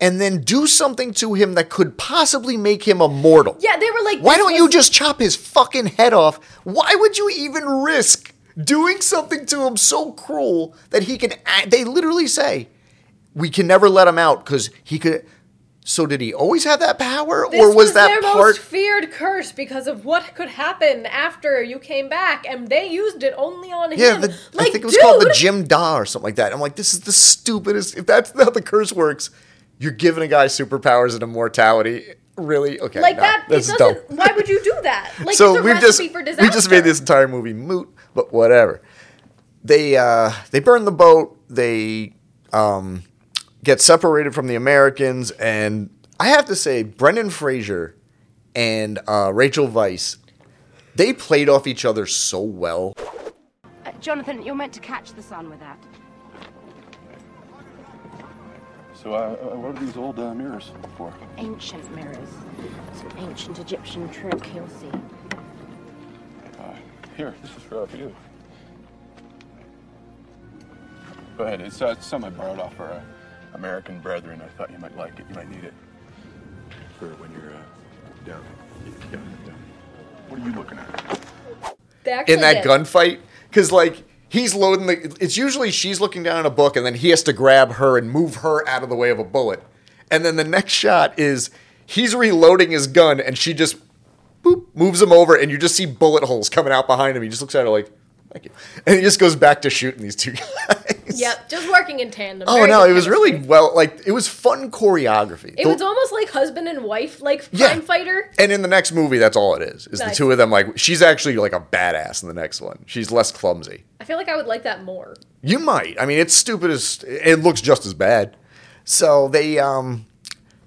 A: and then do something to him that could possibly make him immortal.
B: Yeah, they were like,
A: Why
B: this
A: don't you
B: was-
A: just chop his fucking head off? Why would you even risk doing something to him so cruel that he can? a- They literally say, "We can never let him out because he could." So did he always have that power,
B: This
A: or was, that
B: their
A: part?
B: most feared curse because of what could happen after you came back, and they used it only on
A: yeah,
B: him.
A: the,
B: like,
A: I think it was called the
B: dude,
A: Jim Da or something like that. I'm like, this is the stupidest. If that's how the curse works, you're giving a guy superpowers and immortality. Really? Okay,
B: Like
A: no,
B: that. It
A: That's
B: doesn't.
A: dumb.
B: Why would you do that? Like,
A: so
B: it's a
A: we've
B: recipe
A: just
B: for
A: we
B: disaster.
A: just made this entire movie moot, but whatever. They uh, they burn the boat. They um, get separated from the Americans, and I have to say, Brendan Fraser and uh, Rachel Weisz, they played off each other so well.
G: Uh, Jonathan, you're meant to catch the sun with that.
F: So, uh, uh, what are these old uh, mirrors for?
G: Ancient mirrors. It's an ancient Egyptian trick, you'll see.
F: Uh, Here, this is for you. Go ahead. It's uh, some I borrowed off our uh, American brethren. I thought you might like it. You might need it for when you're uh, down. Yeah, down. What are you looking at?
B: They actually
A: in that
B: did.
A: gunfight because like he's loading the it's usually she's looking down at a book and then he has to grab her and move her out of the way of a bullet and then the next shot is he's reloading his gun and she just boop moves him over and you just see bullet holes coming out behind him he just looks at her like thank you and he just goes back to shooting these two guys
B: Yep, just working in tandem.
A: oh
B: Very
A: no
B: good
A: it was really
B: chemistry.
A: well like it was fun choreography
B: It
A: The-
B: was almost like husband and wife, like crime fighter.
A: and in the next movie, that's all it is. Is
B: Nice.
A: the two of them like she's actually like a badass in the next one. She's less clumsy.
B: I feel like I would like that more.
A: You might. I mean, it's stupid as it looks just as bad. So they um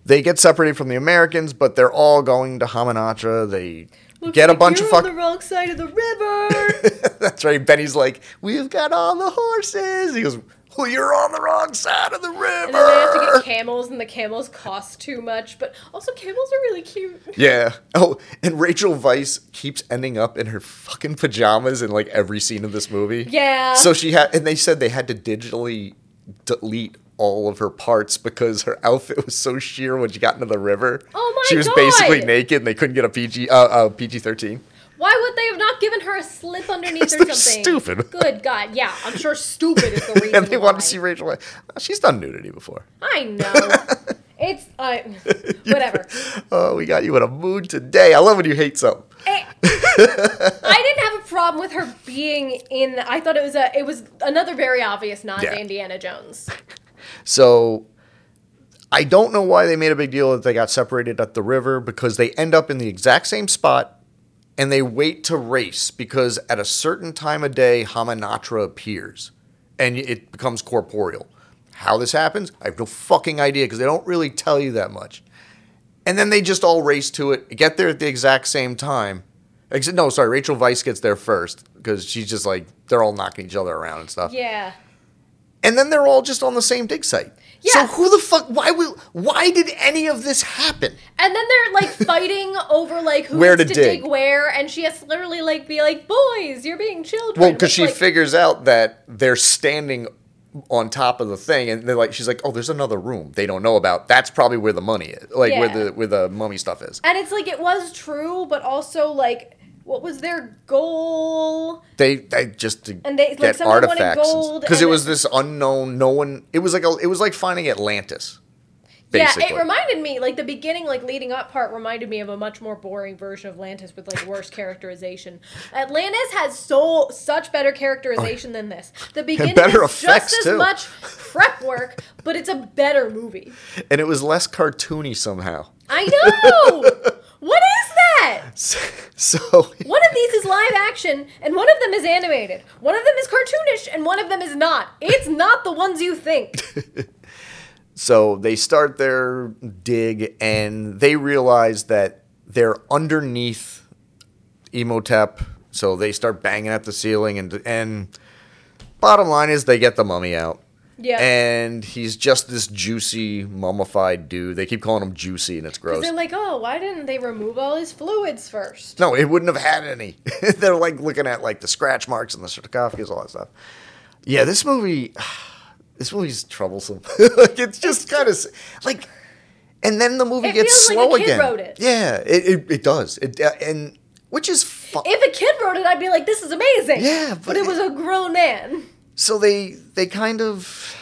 A: they get separated from the Americans, but they're all going to Hamanatra. They get a bunch of
B: You're on
A: fuck.
B: the wrong side of the river.
A: That's right. Benny's like, we've got all the horses. He goes, well, you're on the wrong side of the river.
B: and then they have to get camels, and the camels cost too much. But also, camels are really cute.
A: yeah. Oh, and Rachel Weiss keeps ending up in her fucking pajamas in like every scene of this movie.
B: Yeah.
A: So she had, and they said they had to digitally delete all of her parts because her outfit was so sheer when she got into the river.
B: Oh my
A: She was
B: God.
A: basically naked, and they couldn't get a PG, uh, uh, PG thirteen.
B: Why would they have not given her a slip underneath
A: 'Cause
B: or
A: they're
B: something?
A: stupid.
B: Good God, yeah, I'm sure stupid is the reason.
A: and they wanted
B: why.
A: to see Rachel. Weisz. She's done nudity before.
B: I know. it's uh, whatever.
A: Oh, we got you in a mood today. I love when you hate something.
B: I Eh. I didn't have a problem with her being in. I thought it was a. It was another very obvious nod
A: Yeah.
B: to Indiana Jones.
A: So I don't know why they made a big deal that they got separated at the river because they end up in the exact same spot and they wait to race because at a certain time of day Hamanatra appears and it becomes corporeal. How this happens, I have no fucking idea because they don't really tell you that much. And then they just all race to it, get there at the exact same time. Ex- No, sorry, Rachel Weiss gets there first because she's just like they're all knocking each other around and stuff
B: Yeah.
A: and then they're all just on the same dig site.
B: Yeah.
A: So who the fuck? Why will? Why did any of this happen?
B: And then they're like fighting over like who
A: Where
B: needs
A: to
B: to
A: dig.
B: dig. where, and she has to literally like be like, "Boys, you're being children."
A: Well, because
B: It's
A: she
B: like,
A: figures out that they're standing on top of the thing, and they're like, she's like, oh, there's another room they don't know about. That's probably where the money is, like
B: Yeah.
A: where the where the mummy stuff is.
B: and it's like it was true, but also like, what was their goal?
A: They they just to
B: And they- like,
A: get
B: somebody wanted
A: artifacts
B: gold,
A: because
B: and
A: it was
B: then-
A: this unknown. No one. It was like a, it was like finding Atlantis. Basically.
B: Yeah, it reminded me like the beginning, like leading up part, reminded me of a much more boring version of Atlantis with like worse characterization. Atlantis has so such better characterization than this. The beginning
A: better
B: is
A: effects,
B: just as
A: too.
B: much prep work, but it's a better movie.
A: and it was less cartoony somehow.
B: I know. what is that?
A: So
B: One of these is live action, and one of them is animated. One of them is cartoonish, and one of them is not. It's not the ones you think.
A: So they start their dig and they realize that they're underneath Emotep. So they start banging at the ceiling and and bottom line is they get the mummy out.
B: Yeah.
A: And he's just this juicy mummified dude. They keep calling him juicy and it's gross.
B: They're like, oh, why didn't they remove all his fluids first?
A: No, it wouldn't have had any. They're like looking at like the scratch marks and the sarcophagus, all that stuff. Yeah, this movie, this movie's troublesome. like it's just kind of like and then the movie
B: It
A: gets
B: feels like a
A: slow
B: kid
A: again.
B: wrote it.
A: Yeah, it, it, it does. It uh, and which is fun.
B: If a kid wrote it, I'd be like, this is amazing.
A: Yeah,
B: but,
A: but
B: it was a grown man.
A: so they they kind of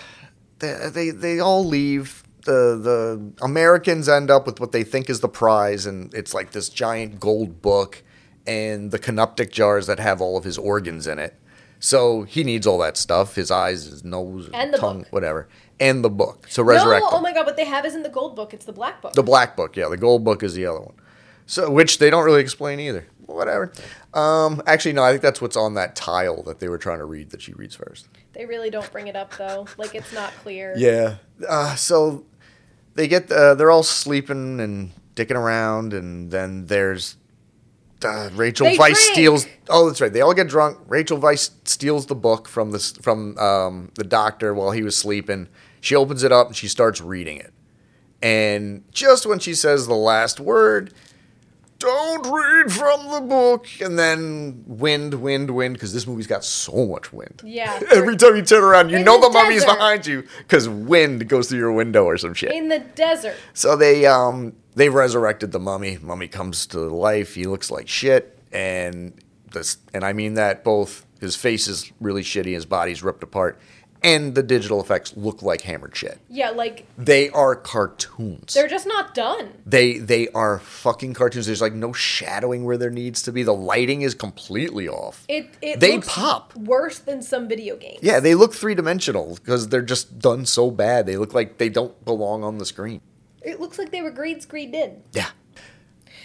A: they they, they all leave. The, the Americans end up with what they think is the prize, and it's like this giant gold book and the canoptic jars that have all of his organs in it. So he needs all that stuff his eyes, his nose, his
B: And the
A: tongue,
B: book.
A: whatever. And the book. So resurrect
B: No,
A: them.
B: oh my god, what they have isn't the gold book, it's the black book.
A: The black book, yeah. The gold book is the other one. So, which they don't really explain either. Whatever. Um, actually, no. I think that's what's on that tile that they were trying to read that she reads first.
B: they really don't bring it up though. Like it's not clear.
A: Yeah. Uh, so they get uh, they're all sleeping and dicking around, and then there's uh, Rachel
B: They
A: Vice
B: drink.
A: steals. Oh, that's right. They all get drunk. Rachel Vice steals the book from this from um, the doctor while he was sleeping. She opens it up and she starts reading it. And just when she says the last word, don't read from the book. And then wind, wind, wind, because this movie's got so much wind.
B: Yeah.
A: Every time you turn around, you
B: In
A: know
B: the
A: the, mummy's
B: desert.
A: behind you because wind goes through your window or some shit.
B: In the desert.
A: So they um they resurrected the mummy. Mummy comes to life. He looks like shit, and this and I mean that both his face is really shitty, his body's ripped apart, and the digital effects look like hammered shit.
B: Yeah, like
A: They are cartoons.
B: they're just not done.
A: they they are fucking cartoons. There's like no shadowing where there needs to be. The lighting is completely off.
B: It it
A: They
B: looks
A: pop.
B: worse than some video games.
A: Yeah, they look three dimensional because they're just done so bad. They look like they don't belong on the screen.
B: It looks like they were grade screened in.
A: Yeah.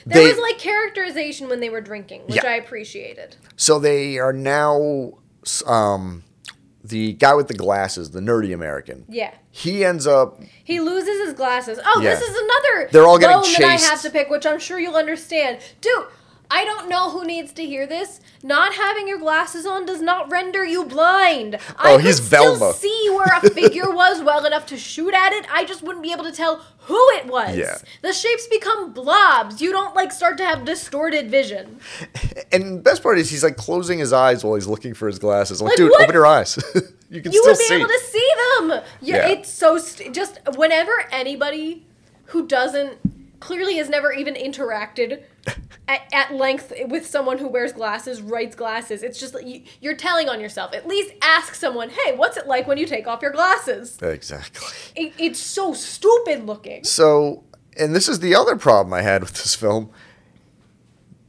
B: There
A: They-
B: was like characterization when they were drinking, which
A: Yeah.
B: I appreciated.
A: So they are now um, the guy with the glasses, the nerdy American.
B: Yeah.
A: He ends up
B: He loses his glasses. Oh,
A: Yeah.
B: this is another
A: They're all getting
B: bone that I
A: chased.
B: have to pick, which I'm sure you'll understand. Dude, I don't know who needs to hear this. Not having your glasses on does not render you blind. I
A: Oh,
B: could
A: he's Velma.
B: Still see where a figure was well enough to shoot at it. I just wouldn't be able to tell who it was.
A: Yeah.
B: The shapes become blobs. You don't like start to have distorted vision.
A: and best part is he's like closing his eyes while he's looking for his glasses. I'm like,
B: Like,
A: dude,
B: what?
A: open your eyes. you can
B: you
A: still
B: would be
A: see.
B: able to see them. Yeah,
A: Yeah.
B: it's so st- just whenever anybody who doesn't clearly has never even interacted at, at length with someone who wears glasses writes glasses it's just like you, you're telling on yourself at least ask someone hey what's it like when you take off your glasses
A: Exactly.
B: it, it's so stupid looking
A: So, and this is the other problem I had with this film.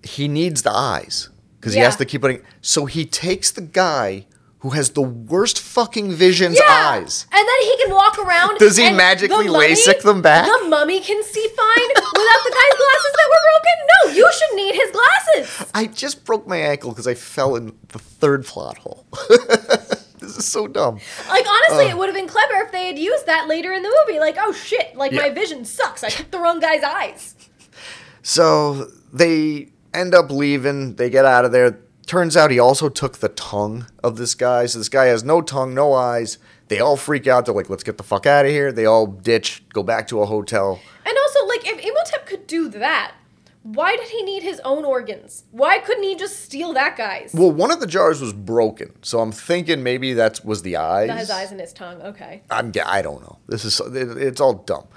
A: He needs the eyes because he
B: Yeah.
A: has to keep putting. So he takes the guy who has the worst fucking vision's eyes.
B: And then he can walk around.
A: Does he
B: and
A: magically
B: the mummy-
A: LASIK them back?
B: The mummy can see fine without the guy's glasses that were broken. No, you should need his glasses.
A: I just broke my ankle because I fell in the third plot hole. this is so dumb.
B: Like honestly, it would have been clever if they had used that later in the movie. Like, oh shit, like
A: Yeah.
B: my vision sucks. I picked the wrong guy's eyes.
A: So they end up leaving. They get out of there. Turns out he also took the tongue of this guy. So this guy has no tongue, no eyes. They all freak out. They're like, let's get the fuck out of here. They all ditch, go back to a hotel.
B: And also, like, if Imhotep could do that, why did he need his own organs? Why couldn't he just steal that guy's?
A: Well, one of the jars was broken. So I'm thinking maybe that was the eyes.
B: his eyes and his tongue. Okay.
A: I'm, g- I don't know. This is it- it's all dumb.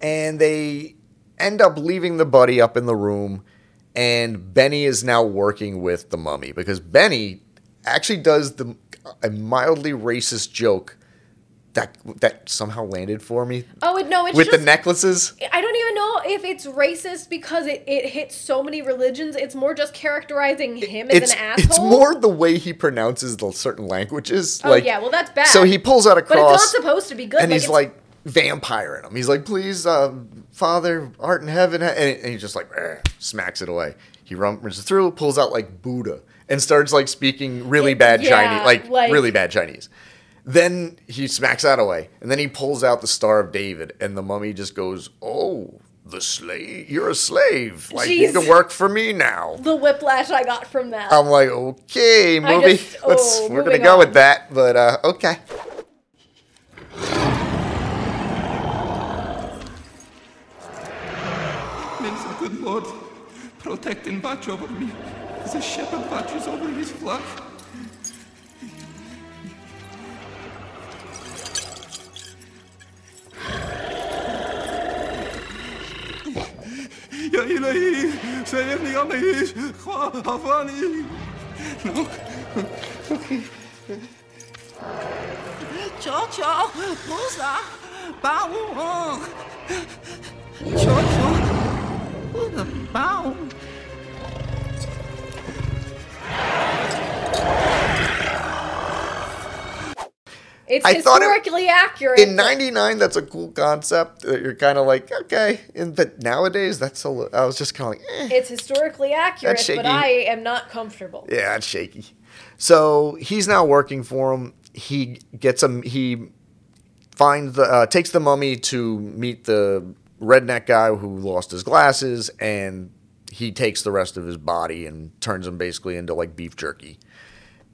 A: And they end up leaving the buddy up in the room, and Benny is now working with the mummy because Benny actually does the a mildly racist joke that that somehow landed for me
B: Oh it- no, it's
A: with
B: just,
A: the necklaces.
B: I don't even know if it's racist because it, it hits so many religions. It's more just characterizing him as
A: It's
B: an asshole.
A: it's more the way he pronounces the certain languages.
B: Oh
A: like
B: yeah, well that's bad.
A: So he pulls out a
B: But
A: cross.
B: it's not supposed to be good.
A: and he's
B: it's-
A: like vampiring him. He's like, please, uh, Father, art in heaven. And, and he's just like, "Eh," smacks it away. He rummages through, pulls out like Buddha, and starts like speaking really bad
B: yeah,
A: Chinese, like,
B: like-
A: really bad Chinese. Then he smacks that away, and then he pulls out the Star of David, and the mummy just goes, "Oh, the slave! You're a slave. Like you
B: Jeez.
A: can work for me now."
B: the whiplash I got from that.
A: I'm like, "Okay,
B: I
A: movie,
B: just-
A: let's
B: oh,
A: we're gonna
B: moving
A: go
B: on.
A: with that." But uh, okay,
D: May the good Lord protect and watch over me as a shepherd watches over his flock. Ya ilahi, sayerni alayhi, khwa afani. No.
J: Giorgio, Rosa, Baum. Giorgio, Rosa, Baum.
B: It's
A: I thought it-
B: historically accurate.
A: in
B: but-
A: '99, that's a cool concept that you're kind of like, okay. And, but nowadays, that's a li- I was just kind of like, eh.
B: It's historically accurate,
A: shaky.
B: but I am not comfortable.
A: yeah, it's shaky. So he's now working for him. He gets him. He finds the uh, takes the mummy to meet the redneck guy who lost his glasses, and he takes the rest of his body and turns him basically into like beef jerky.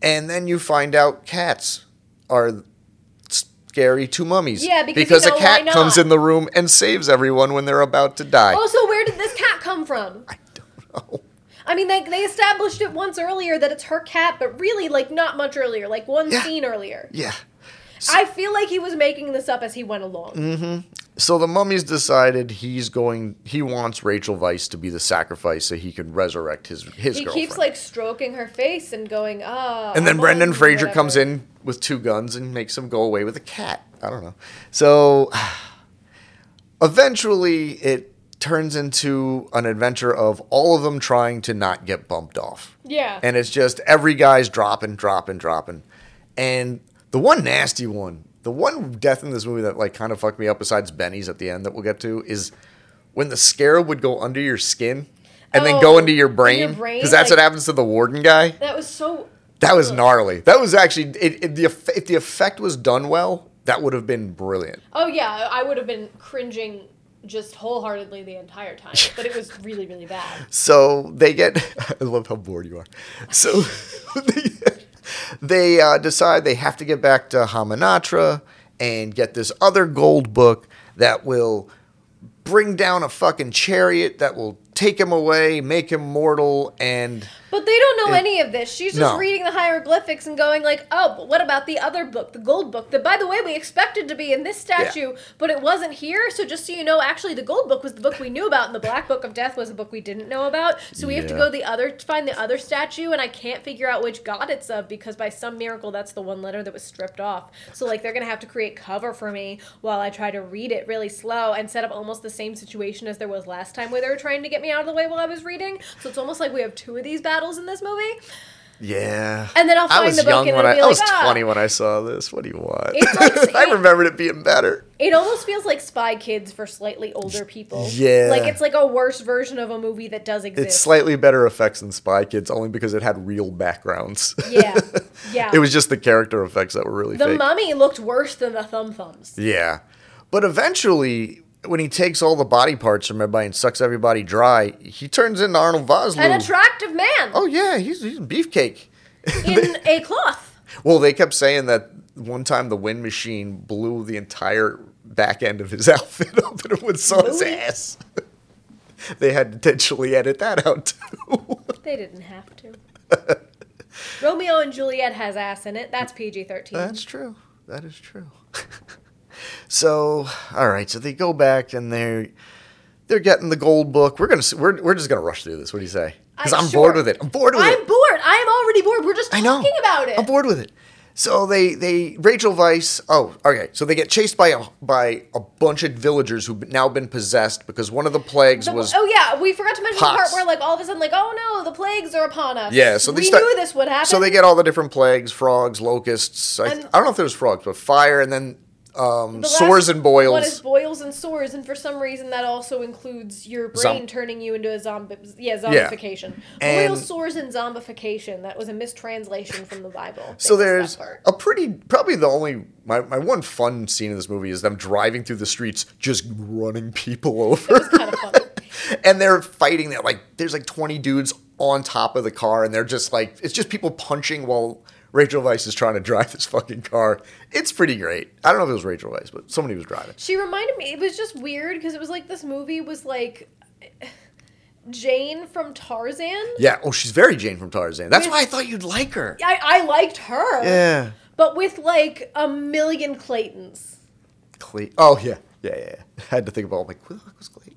A: And then you find out cats are scary to mummies.
B: Yeah, because you know,
A: a
B: why
A: cat comes
B: not?
A: in the room and saves everyone when they're about to die. Oh,
B: Also, where did this cat come from?
A: I don't know.
B: I mean, they, they established it once earlier that it's her cat, but really, like, not much earlier, like one
A: Yeah.
B: scene earlier.
A: Yeah.
B: I feel like he was making this up as he went along.
A: Mm, So the mummy's decided he's going. He wants Rachel Weiss to be the sacrifice so he can resurrect his his
B: He
A: girlfriend.
B: keeps, like, stroking her face and going, ah.
A: and then
B: ah,
A: Brendan Fraser
B: whatever.
A: comes in with two guns and makes him go away with a cat. I don't know. So eventually, it turns into an adventure of all of them trying to not get bumped off.
B: Yeah.
A: And it's just every guy's dropping, dropping, dropping. And the one nasty one, the one death in this movie that like kind of fucked me up besides Benny's at the end that we'll get to is when the scarab would go under your skin and then
B: Oh,
A: go into your
B: your
A: brain
B: brain,
A: because that's what
B: like-
A: happens to the warden guy.
B: That was so.
A: That was
B: Ugh.
A: gnarly. That was actually it, it, the eff- if the effect was done well, that would have been brilliant.
B: Oh, yeah, I would have been cringing just wholeheartedly the entire time, but it was really, really bad.
A: So they get. I love how bored you are. So they, they uh, decide they have to get back to Hamanatra and get this other gold book that will bring down a fucking chariot that will take him away, make him mortal, and
B: But they don't know
A: It-
B: any of this. She's just
A: No.
B: reading the hieroglyphics and going like, "Oh, but what about the other book, the gold book? That by the way we expected to be in this statue, but it wasn't here. So just so you know, actually the gold book was the book we knew about, and the black book of death was the book we didn't know about. So we have to
A: Yeah.
B: go the other to find the other statue, and I can't figure out which god it's of because by some miracle that's the one letter that was stripped off. So like they're gonna have to create cover for me while I try to read it really slow and set up almost the same situation as there was last time where they were trying to get me out of the way while I was reading. So it's almost like we have two of these battles in this movie.
A: yeah.
B: And then I'll
A: I
B: find
A: was
B: the book
A: young
B: and
A: when
B: it'll
A: I,
B: be
A: I was
B: like, ah.
A: twenty when I saw this. What do you want?
B: It's like-
A: I remembered it being better.
B: It almost feels like Spy Kids for slightly older people.
A: Yeah.
B: Like it's like a worse version of a movie that does exist.
A: It's slightly better effects than Spy Kids, only because it had real backgrounds.
B: yeah. Yeah.
A: it was just the character effects that were really
B: the
A: fake.
B: mummy looked worse than the thumb thumbs.
A: yeah, but eventually, when he takes all the body parts from everybody and sucks everybody dry, he turns into Arnold
B: An
A: Vosloo.
B: attractive man
A: oh yeah, he's he's a beefcake.
B: in a cloth.
A: Well, they kept saying that one time the wind machine blew the entire back end of his outfit up and it was on his
B: Really?
A: ass. they had to intentionally edit that out too.
B: They didn't have to. Romeo and Juliet has ass in it. That's PG thirteen.
A: That's true. That is true. so, all right. So they go back and they're they're getting the gold book. We're gonna s- we're we're just gonna rush through this. What do you say? Because I'm bored with it. I'm bored with
B: I'm
A: it.
B: bored. I am already bored. We're just
A: I
B: talking
A: know.
B: about it.
A: I'm bored with it. So they they Rachel Vice. Oh, okay. So they get chased by a by a bunch of villagers who've now been possessed because one of the plagues
B: The-
A: was
B: oh yeah, we forgot to mention the part
A: pots.
B: where like all of a sudden like oh no the plagues are upon us.
A: Yeah, so they
B: we
A: start-
B: knew this would happen.
A: So they get all the different plagues: frogs, locusts. I,
B: And-
A: I don't know if there was frogs, but fire, and then um,
B: The last
A: sores and boils.
B: One is boils and sores, and for some reason that also includes your brain
A: Zom-
B: turning you into a zombie. Yeah, zombification.
A: And-
B: boils, sores, and zombification. That was a mistranslation from the Bible.
A: So
B: They
A: there's
B: missed that part.
A: a pretty, probably the only, my, my one fun scene in this movie is them driving through the streets, just running people over.
B: kind of funny.
A: and they're fighting that, like, there's like 20 dudes on top of the car, and they're just like, it's just people punching while Rachel Weiss is trying to drive this fucking car. It's pretty great. I don't know if it was Rachel Weiss, but somebody was driving.
B: She reminded me. It was just weird because it was like this movie was like Jane from Tarzan.
A: Yeah. Oh, she's very Jane from Tarzan. That's why I thought you'd like her.
B: I, I liked her.
A: Yeah.
B: But with like a million Claytons.
A: Clay. Oh yeah, yeah, yeah. yeah. I had to think about like who the fuck was Clayton?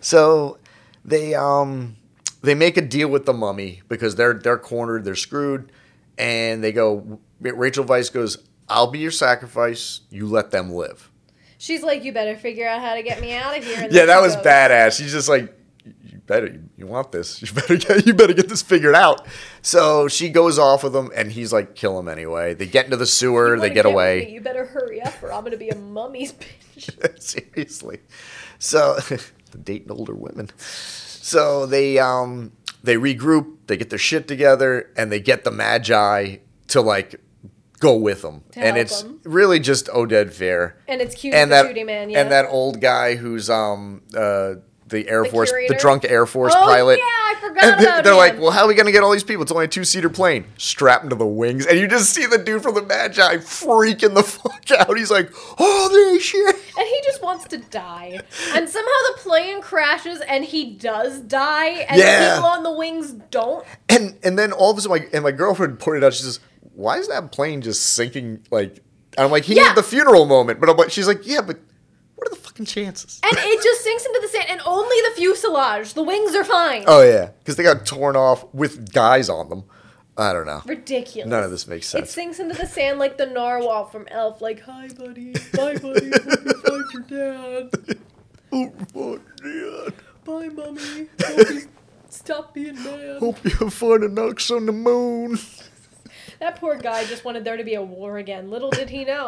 A: So they um they make a deal with the mummy because they're they're cornered, they're screwed, and they go. Rachel Vice goes, "I'll be your sacrifice. You let them live."
B: She's like, you better figure out how to get me out of here. And
A: Yeah,
B: then
A: that
B: she
A: was
B: goes-
A: badass. She's just like, you better, you, want this. You better get, you better get this figured out. So she goes off with him, and he's like, kill him anyway. They get into the sewer,
B: "You
A: they
B: wanna
A: get
B: with
A: away.
B: me, You better hurry up, or I'm gonna be a mummy's bitch.
A: Seriously. So dating older women. So they um they regroup, they get their shit together, and they get the magi to like go with them.
B: To
A: and
B: help
A: it's
B: 'em.
A: really just Oded Fair.
B: And it's cute,
A: and
B: the
A: that
B: shooting man. Yeah.
A: and that old guy who's um uh the Air
B: The
A: Force,
B: curator?
A: the drunk Air Force
B: Oh,
A: pilot.
B: yeah, I forgot
A: And they-
B: about
A: They're like,
B: him.
A: well, how are we gonna get all these people? It's only a two seater plane. Strap them to the wings, and you just see the dude from the Magi freaking the fuck out. He's like, holy shit!
B: And he just wants to die. And somehow the plane crashes and he does die, and
A: Yeah.
B: the people on the wings don't.
A: And and then all of a sudden, my and my girlfriend pointed out, she says, why is that plane just sinking? Like, and I'm like, he
B: Yeah.
A: had the funeral moment, but I'm like, she's like, yeah, but what are the fucking chances?
B: And it just sinks into the sand, and only the fuselage. The wings are fine.
A: Oh yeah, because they got torn off with guys on them. I don't know.
B: Ridiculous.
A: None of this makes
B: It
A: sense.
B: sinks into the sand like the narwhal from Elf, like, hi, buddy. Bye, buddy. Hope you find your dad.
A: Oh, fuck, man.
B: Bye, mommy. Hope you stop being mad.
A: Hope you have fun and knocks on the moon.
B: That poor guy just wanted there to be a war again. Little did he know.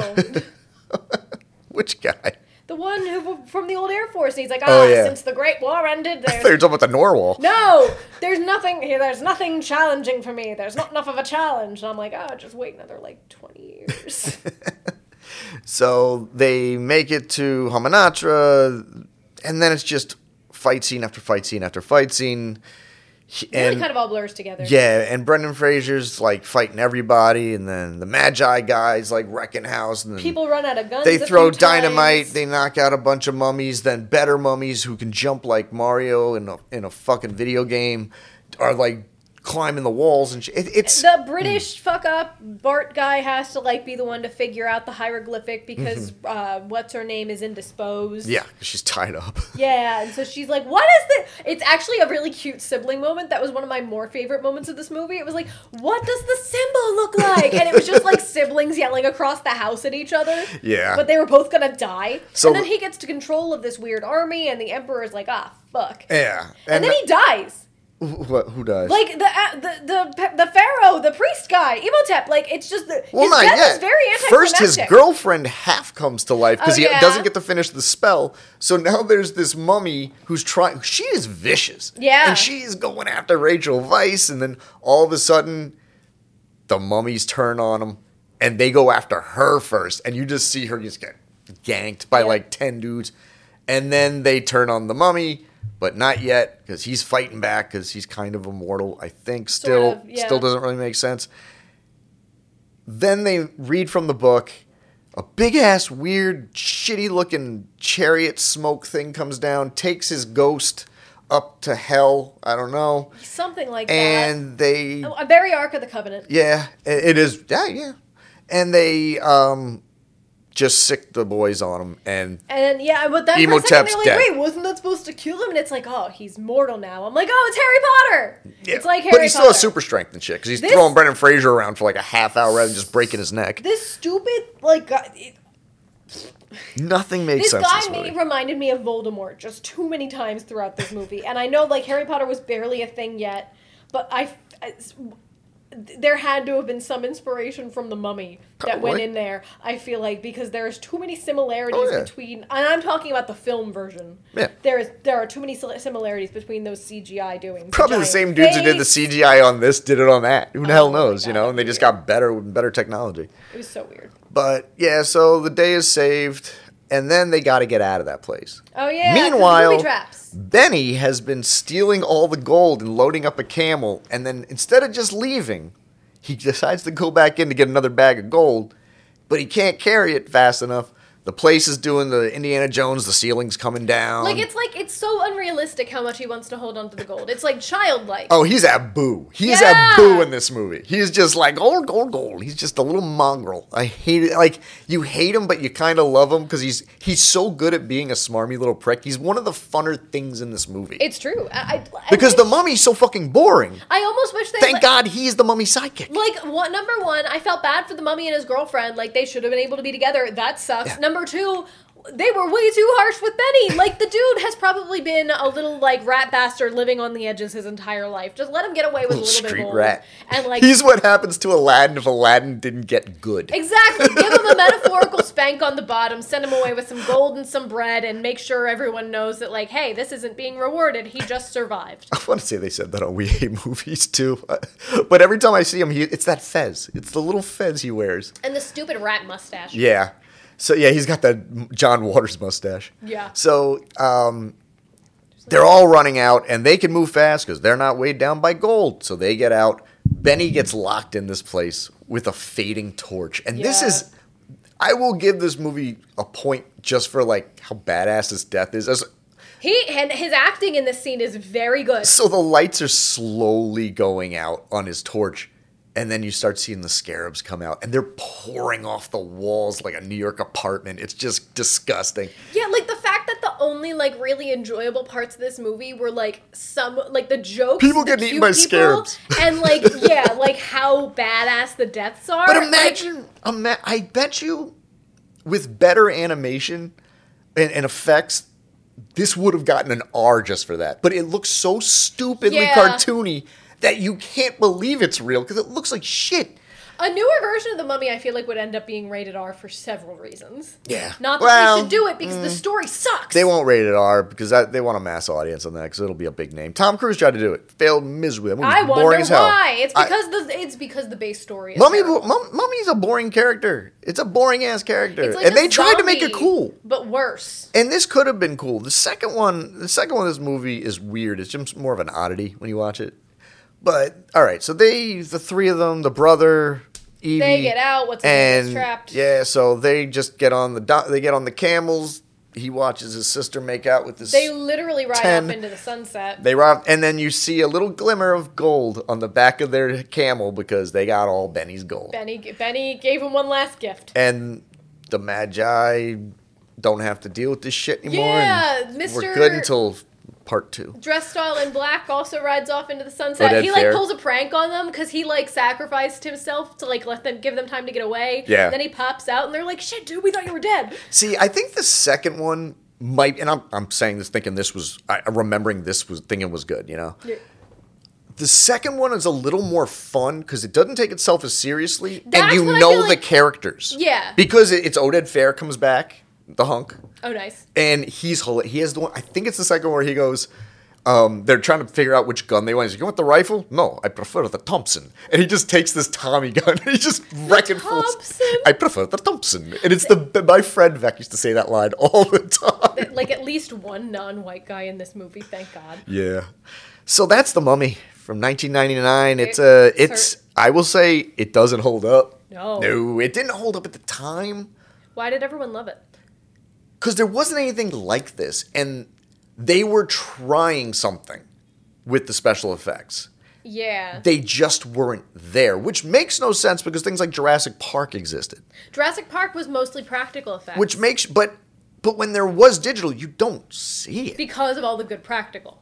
A: Which guy?
B: The one who from the old Air Force, and he's like, ah,
A: Oh, yeah.
B: since the Great War ended,
A: I thought you were
B: there's
A: talking about the narwhal.
B: no, there's nothing here. There's nothing challenging for me. There's not enough of a challenge. And I'm like, oh, just wait another like 20 years.
A: So they make it to Hamanatra, and then it's just fight scene after fight scene after fight scene. He-
B: really
A: And
B: kind of all blurs together.
A: yeah, and Brendan Fraser's like fighting everybody, and then the Magi guys like wrecking house, and then
B: People run out of guns.
A: they
B: a
A: throw
B: few
A: dynamite.
B: times.
A: They knock out a bunch of mummies. Then better mummies who can jump like Mario in a in a fucking video game are like climbing the walls and shit. It, it's
B: the British fuck up Bart guy has to like be the one to figure out the hieroglyphic because
A: Mm-hmm.
B: uh, what's her name is indisposed.
A: yeah, 'cause she's tied up.
B: Yeah, and so she's like, "What is this?" It's actually a really cute sibling moment. That was one of my more favorite moments of this movie. It was like, "What does the symbol look like?" And it was just like siblings yelling across the house at each other.
A: Yeah.
B: but they were both gonna die.
A: So-
B: and then he gets to control of this weird army, and the emperor's like, "Ah, fuck." And,
A: Yeah,
B: then he dies.
A: who, what- who dies?
B: Like the, uh, the the pe- the pharaoh, the priest guy, Imhotep. Like it's just the
A: Well,
B: his
A: not
B: death
A: yet.
B: is very
A: First, his
B: anticlimactic.
A: girlfriend half comes to life because
B: Oh,
A: he
B: yeah.
A: doesn't get to finish the spell. So now there's this mummy who's trying. She is vicious.
B: Yeah.
A: And she's going after Rachel Weiss, and then all of a sudden, the mummies turn on him, and they go after her first, and you just see her just get ganked by
B: Yeah.
A: like ten dudes, and then they turn on the mummy. But not yet, because he's fighting back, because he's kind of immortal, I think. Still,
B: of, yeah.
A: still doesn't really make sense then they read from the book. A big ass, weird, shitty looking chariot smoke thing comes down, takes his ghost up to hell. I don't know.
B: something like
A: And they.
B: that. Oh, a very Ark of the Covenant.
A: Yeah, i- it is. Yeah, yeah. And they um, just sick the boys on him. And
B: And then, yeah, but then for a second,
A: Emotep's
B: they're like,
A: dead.
B: wait, wasn't that supposed to kill him? And it's like, oh, he's mortal now. I'm like, oh, it's Harry Potter.
A: yeah.
B: It's like Harry
A: But he still
B: Potter.
A: has super strength and shit because he's
B: This-
A: throwing Brendan Fraser around for like a half hour rather than just breaking his neck.
B: This stupid, like, uh, guy- it,
A: Nothing makes
B: this
A: sense. in
B: guy
A: this movie.
B: made, reminded me of Voldemort just too many times throughout this movie. and I know, like, Harry Potter was barely a thing yet, but I. I- there had to have been some inspiration from the mummy that went
A: Probably.
B: in there. I feel like because there's too many similarities
A: Oh, yeah.
B: between, and I'm talking about the film version.
A: Yeah.
B: There is there are too many sil- similarities between those CGI doing.
A: Probably the
B: giant
A: same dudes who did the
B: face. Oh
A: CGI on this did it on that. Who the hell
B: my
A: knows, you
B: God,
A: know? And they just got better with better technology.
B: It was so weird.
A: But yeah, so the day is saved, and then they got to get out of that place.
B: Oh yeah. 'cause the
A: Meanwhile,
B: booby traps.
A: Benny has been stealing all the gold and loading up a camel, and then instead of just leaving, he decides to go back in to get another bag of gold, but he can't carry it fast enough, The place is doing the Indiana Jones. The ceiling's coming down.
B: Like it's like it's so unrealistic how much he wants to hold onto the gold. It's like childlike.
A: Oh, he's a boo. He's
B: Yeah.
A: a boo in this movie. He's just like gold, gold, gold. He's just a little mongrel. I hate it. Like you hate him, but you kind of love him because he's he's so good at being a smarmy little prick. He's one of the funner things in this movie
B: It's true. I, I, I
A: because the
B: wish-
A: mummy's so fucking boring.
B: I almost wish they
A: Thank
B: let-
A: God he's the mummy sidekick.
B: Like what number one, I felt bad for the mummy and his girlfriend. Like they should have been able to be together. That sucks.
A: Yeah.
B: Number two, they were way too harsh with Benny. Like the dude has probably been a little like rat bastard living on the edges his entire life. Just let him get away with a little bit
A: Street
B: more.
A: rat.
B: And like
A: he's what happens to Aladdin if Aladdin didn't get good.
B: Exactly. Give him a metaphorical spank on the bottom, send him away with some gold and some bread, and make sure everyone knows that, like, hey, this isn't being rewarded. He just survived.
A: I want to say they said that on We Hate Movies too, but every time I see him, he, it's that fez. It's the little fez he wears.
B: And the stupid rat mustache.
A: Yeah. So yeah, he's got that John Waters mustache.
B: Yeah.
A: So um, they're all running out, and they can move fast because they're not weighed down by gold. So they get out. Benny gets locked in this place with a fading torch, and this
B: Yeah.
A: is. I will give this movie a point just for like how badass his death is. As-
B: He and his acting in this scene is very good.
A: So the lights are slowly going out on his torch, and then you start seeing the scarabs come out, and they're pouring off the walls like a New York apartment. It's just disgusting.
B: Yeah, like the fact that the only like really enjoyable parts of this movie were like some like the jokes.
A: People
B: the
A: getting eaten
B: cute
A: by
B: people,
A: scarabs.
B: And like yeah, like how badass the deaths are.
A: But
B: Like,
A: imagine, ima- I bet you, with better animation and, and effects, this would have gotten an R just for that. But it looks so stupidly
B: Yeah.
A: cartoony that you can't believe it's real because it looks like shit.
B: A newer version of the Mummy, I feel like, would end up being rated R for several reasons.
A: Yeah.
B: Not that
A: Well, mm.
B: they should do it because the story sucks.
A: They won't rate it R because that, they want a mass audience on that because it'll be a big name. Tom Cruise tried to do it, failed miserably. That movie's
B: I
A: boring
B: wonder
A: as hell.
B: why. It's
A: I-
B: because the it's because the base story is
A: Mummy,
B: terrible.
A: Mum- Mummy's a boring character. It's a boring ass character,
B: It's like
A: and
B: a
A: they tried to make it
B: zombie,
A: cool.
B: but worse.
A: And this could have been cool. The second one, the second one, of this movie is weird. It's just more of an oddity when you watch it. But all right, so they, the three of them, the brother, Evie,
B: get out, what's his name
A: and
B: gets trapped.
A: yeah, so they just get on the do- they get on the camels. He watches his sister make out with this.
B: They literally ride
A: Ten.
B: off into the sunset.
A: They rob, and then you see a little glimmer of gold on the back of their camel because they got all Benny's gold.
B: Benny Benny gave him one last gift.
A: And the Magi don't have to deal with this shit anymore. and
B: Yeah,
A: We're
B: Mr.
A: good until part two.
B: Dressed all in black, also rides off into the sunset.
A: Odette
B: he like
A: Oh, Fair.
B: pulls a prank on them because he like sacrificed himself to like let them give them time to get away.
A: Yeah.
B: Then he pops out and they're like, "Shit, dude, we thought you were dead."
A: See, I think the second one might, and I'm, I'm saying this thinking this was, I, remembering this was thinking was good, you know?
B: Yeah.
A: The second one is a little more fun because it doesn't take itself as seriously, and
B: That's
A: you
B: what I
A: know
B: feel
A: the
B: like-
A: characters.
B: Yeah.
A: Because it, it's Oded Fair comes back, the hunk.
B: Oh, nice.
A: and he's hila- he has the one. I think it's the second where he goes. Um, they're trying to figure out which gun they want. He's like, "You want the rifle? No, I prefer the Thompson." And he just takes this Tommy gun. and He's just wrecking fools.
B: Thompson?
A: I prefer the Thompson, and it's the my friend Vec used to say that line all the time.
B: Like at least one non-white guy in this movie. Thank God.
A: Yeah. So that's the Mummy from 1999. It's uh,
B: It-
A: it's I will say it doesn't hold up.
B: No.
A: No, it didn't hold up at the time.
B: Why did everyone love it?
A: because there wasn't anything like this, and they were trying something with the special effects.
B: Yeah.
A: They just weren't there, which makes no sense because things like Jurassic Park existed,
B: Jurassic Park was mostly practical effects.
A: which makes but but when there was digital, you don't see it.
B: because of all the good practical.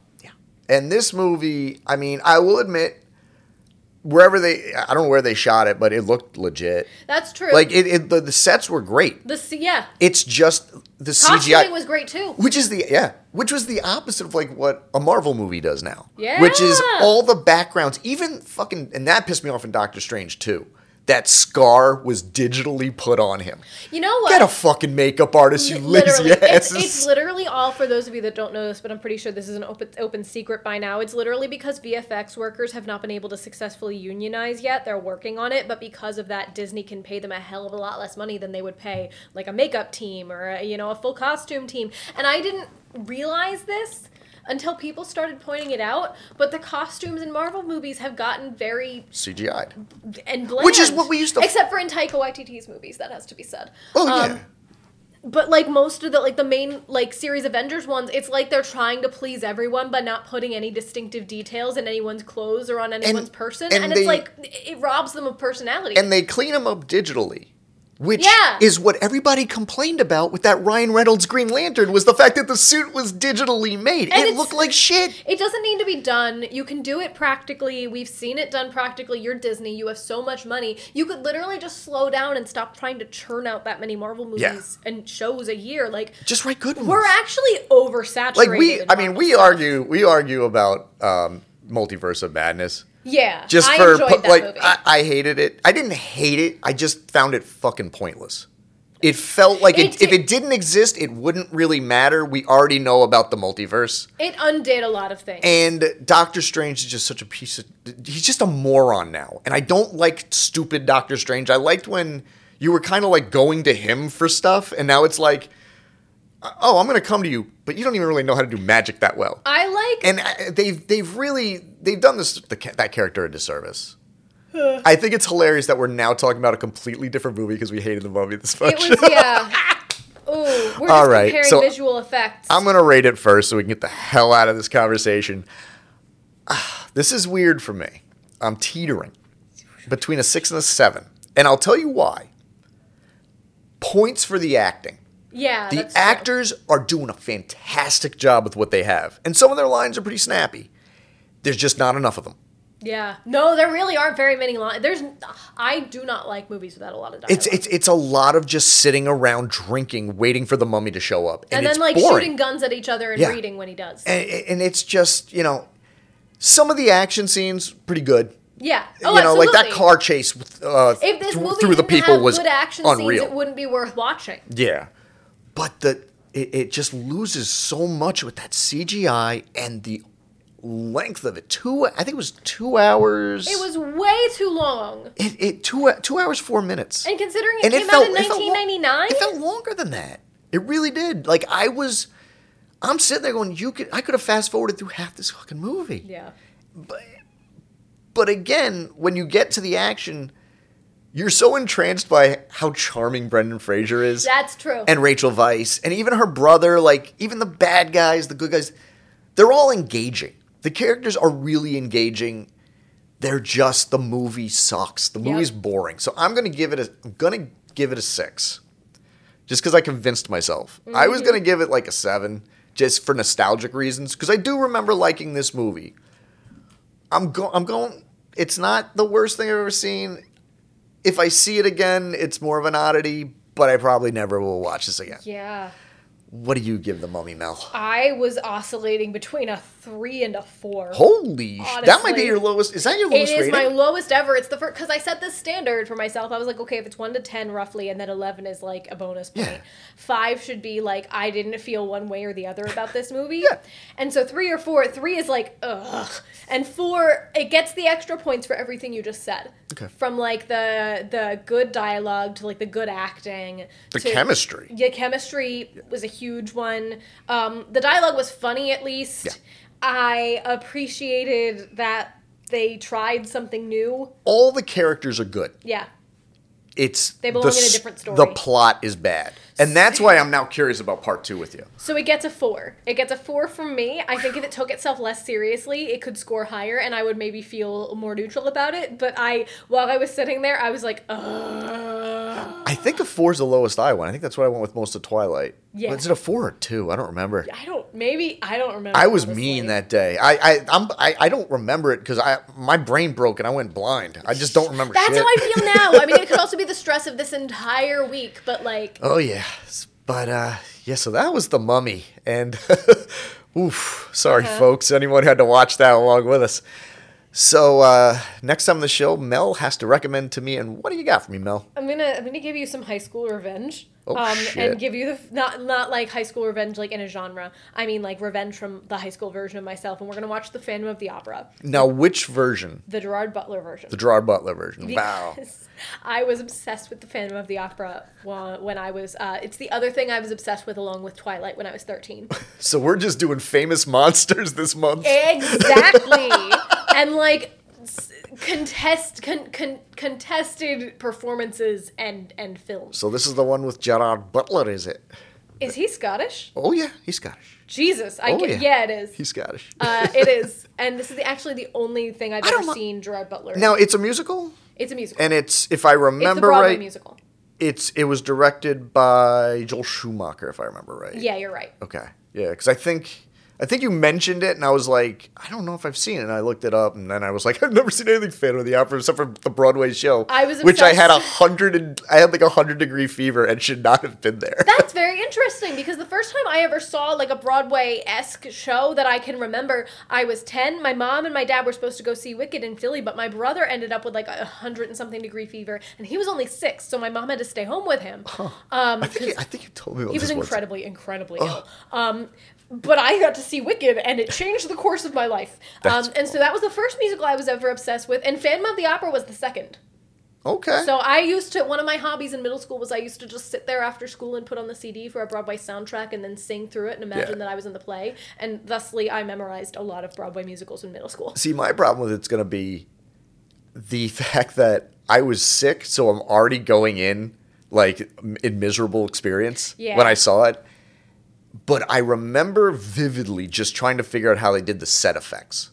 A: And this movie, I mean, I will admit, wherever they, I don't know where they shot it, but it looked legit.
B: That's true.
A: Like it, it the, the sets were great.
B: the C- yeah.
A: It's just the
B: Costuming
A: CGI
B: was great too.
A: Which is the yeah, which was the opposite of like what a Marvel movie does now.
B: Yeah.
A: Which is all the backgrounds, even fucking and that pissed me off in Doctor Strange too. That scar was digitally put on him.
B: You know what?
A: Get a fucking makeup artist, you
B: Li-
A: lazy
B: literally, it's,
A: asses.
B: it's literally all for those of you that don't know this, but I'm pretty sure this is an open open secret by now. It's literally because VFX workers have not been able to successfully unionize yet. They're working on it, but because of that, Disney can pay them a hell of a lot less money than they would pay like a makeup team or a, you know a full costume team. And I didn't realize this until people started pointing it out. But the costumes in Marvel movies have gotten very
A: CGI.
B: and bland,
A: Which is what we used to-
B: except for in Taika Waititi's movies. That has to be said.
A: Oh
B: Um,
A: yeah.
B: But like most of the like the main like series Avengers ones, it's like they're trying to please everyone by not putting any distinctive details in anyone's clothes or on anyone's person,
A: and
B: and,
A: they-
B: it's like it robs them of personality.
A: and they clean them up digitally, which
B: Yeah.
A: is what everybody complained about with that Ryan Reynolds Green Lantern was the fact that the suit was digitally made.
B: And
A: it
B: it's-
A: looked like shit.
B: It doesn't need to be done. You can do it practically. We've seen it done practically. You're Disney. You have so much money. You could literally just slow down and stop trying to churn out that many Marvel movies
A: Yeah.
B: and shows a year. Like
A: Just write good ones.
B: we're actually oversaturated.
A: like we.
B: in
A: I mean,
B: Marvel
A: we
B: stuff.
A: argue. We argue about um, multiverse of madness.
B: Yeah,
A: Just
B: I
A: for
B: enjoyed
A: pu-
B: that
A: like,
B: movie.
A: I, I hated it. I didn't hate it. I just found it fucking pointless. It felt like it,
B: It
A: if
B: did-
A: it didn't exist, it wouldn't really matter. We already know about the multiverse.
B: it undid a lot of things.
A: And Doctor Strange is just such a piece of. He's just a moron now. And I don't like stupid Doctor Strange. I liked when you were kind of like going to him for stuff. And now it's like, oh, I'm going to come to you, but you don't even really know how to do magic that well.
B: I like
A: And I- they've they've really they've done this the, ca- that character a disservice. I think it's hilarious that we're now talking about a completely different movie because we hated the movie this much.
B: it was yeah. Ooh, we're just
A: All right,
B: comparing
A: so
B: visual effects.
A: I'm going to rate it first so we can get the hell out of this conversation. Ah, This is weird for me. I'm teetering between a six and a seven. And I'll tell you why. Points for the acting.
B: yeah,
A: The
B: that's true.
A: actors are doing a fantastic job with what they have. And some of their lines are pretty snappy. There's just not enough of them.
B: Yeah, no, there really aren't very many lines. There's, I do not like movies without a lot of dialogue.
A: It's it's it's a lot of just sitting around drinking, waiting for the mummy to show up. And,
B: and then
A: it's
B: like
A: boring.
B: shooting guns at each other and
A: Yeah.
B: reading when he does.
A: and, and it's just you know some of the action scenes pretty good
B: yeah. Oh,
A: you know
B: absolutely.
A: like that car chase with, uh,
B: If this
A: thr-
B: movie
A: through the
B: didn't
A: people
B: have
A: was
B: good action
A: unreal
B: scenes, it wouldn't be worth watching.
A: yeah but the it, it just loses so much with that cgi and the length of it two i think it was two hours
B: It was way too long.
A: it, it two two hours four minutes
B: And considering it came out in
A: it felt lo-
B: 1999,
A: It felt longer than that. It really did. Like I was, I'm sitting there going, you could, I could have fast forwarded through half this fucking movie.
B: yeah.
A: But again, when you get to the action, you're so entranced by how charming Brendan Fraser is.
B: That's true.
A: And Rachel Weisz, and even her brother, like even the bad guys, the good guys, they're all engaging. The characters are really engaging. They're just the movie sucks. The
B: Yep.
A: movie's boring. So I'm gonna give it a I'm gonna give it a six. Just because I convinced myself. I was gonna give it like a seven, just for nostalgic reasons, because I do remember liking this movie. I'm go I'm going it's not the worst thing I've ever seen. If I see it again, it's more of an oddity, but I probably never will watch this again.
B: yeah.
A: What do you give the mummy Mel?
B: I was oscillating between a three and a four.
A: Holy sh- that might be
B: Honestly,
A: your lowest is that your
B: It
A: lowest
B: is
A: rating?
B: my lowest ever. It's the first because I set this standard for myself. I was like, okay, if it's one to ten roughly, and then eleven is like a bonus point.
A: Yeah.
B: Five should be like I didn't feel one way or the other about this movie.
A: Yeah.
B: And so three or four, three is like ugh, and four it gets the extra points for everything you just said.
A: Okay.
B: From like the the good dialogue to like the good acting.
A: The
B: to-
A: chemistry.
B: Yeah, chemistry was a huge one. Um, the dialogue was funny at least.
A: Yeah.
B: I appreciated that they tried something new.
A: All the characters are good.
B: Yeah.
A: It's
B: They belong in a
A: s-
B: different story.
A: The plot is bad. And that's why I'm now curious about part two with you.
B: So it gets a four. It gets a four from me. I think if it took itself less seriously, it could score higher, and I would maybe feel more neutral about it. But I, while I was sitting there, I was like, ugh.
A: I think a four is the lowest I went. I think that's what I went with most of Twilight.
B: Yeah.
A: Was it a four or two? I don't remember.
B: I don't. Maybe I don't remember.
A: I was
B: honestly.
A: mean that day. I I I'm, I, I don't remember it because I my brain broke and I went blind. I just don't remember.
B: That's
A: shit.
B: how I feel now. I mean, it could also be the stress of this entire week, but like,
A: Oh yeah, S- but uh, yeah. So that was the Mummy, and oof, sorry
B: Uh-huh.
A: folks, anyone who had to watch that along with us. So uh, next time on the show, Mel has to recommend to me. And what do you got for me, Mel?
B: I'm gonna I'm gonna give you some high school revenge.
A: Oh,
B: um
A: shit.
B: and give you the f- not not like high school revenge like in a genre. I mean like revenge from the high school version of myself and we're gonna watch the Phantom of the Opera,
A: Now, which version?
B: the Gerard Butler version.
A: The Gerard Butler version. Wow.
B: Because I was obsessed with the Phantom of the Opera wa- when I was uh it's the other thing I was obsessed with along with Twilight when I was 13.
A: So we're just
B: Eh.
A: doing famous monsters this month.
B: Exactly. and like s- contest con, con, contested performances and and films.
A: So this is the one with Gerard Butler, is it?
B: Is he Scottish?
A: Oh yeah, he's Scottish.
B: Jesus, I
A: Oh,
B: get,
A: yeah.
B: yeah. it is.
A: He's Scottish.
B: uh, it is, and this is the, actually the only thing I've
A: don't
B: ever
A: mi-
B: seen Gerard Butler.
A: now it's a musical,
B: it's a musical.
A: and it's if I remember
B: it's the Broadway
A: right,
B: musical.
A: it's it was directed by Joel Schumacher, if I remember right.
B: Yeah, you're right.
A: Okay. Yeah, because I think I think you mentioned it, and I was like, I don't know if I've seen it. And I looked it up, and then I was like, I've never seen anything Phantom of the Opera except for the Broadway show.
B: I was
A: which I had a
B: obsessed.
A: hundred, and I had like a hundred degree fever and should not have been there.
B: That's very interesting because the first time I ever saw like a Broadway esque show that I can remember, I was 10. My mom and my dad were supposed to go see Wicked in Philly, but my brother ended up with like a hundred and something degree fever, and he was only six, so my mom had to stay home with him. Um,
A: I think I think you told me about
B: he
A: this
B: was
A: once.
B: incredibly, incredibly ill. Um, but I got to see Wicked, and it changed the course of my life. Um,
A: That's
B: and so that was the first musical I was ever obsessed with, and Phantom of the Opera was the second.
A: Okay.
B: So I used to one of my hobbies in middle school was I used to just sit there after school and put on the CD for a Broadway soundtrack and then sing through it and imagine
A: Yeah.
B: that I was in the play. And thusly, I memorized a lot of Broadway musicals in middle school.
A: See, my problem with it's going to be the fact that I was sick, so I'm already going in like m- in miserable experience
B: Yeah.
A: when I saw it. But I remember vividly just trying to figure out how they did the set effects.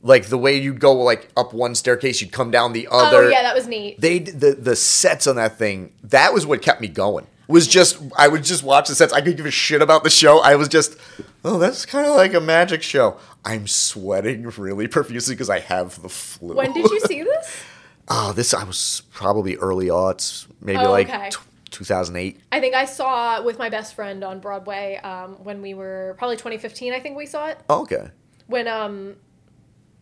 A: Like the way you'd go like up one staircase, you'd come down the other.
B: oh yeah, that was neat.
A: They d- the the sets on that thing. That was what kept me going. Was just I would just watch the sets. I could give a shit about the show. I was just, oh, that's kind of like a magic show. I'm sweating really profusely because I have the flu.
B: when did you see this?
A: Oh, this I was probably early aughts, maybe
B: Oh,
A: like
B: okay.
A: tw 2008.
B: I think I saw it with my best friend on Broadway um, when we were probably 2015. I think we saw it
A: Oh, okay.
B: when um,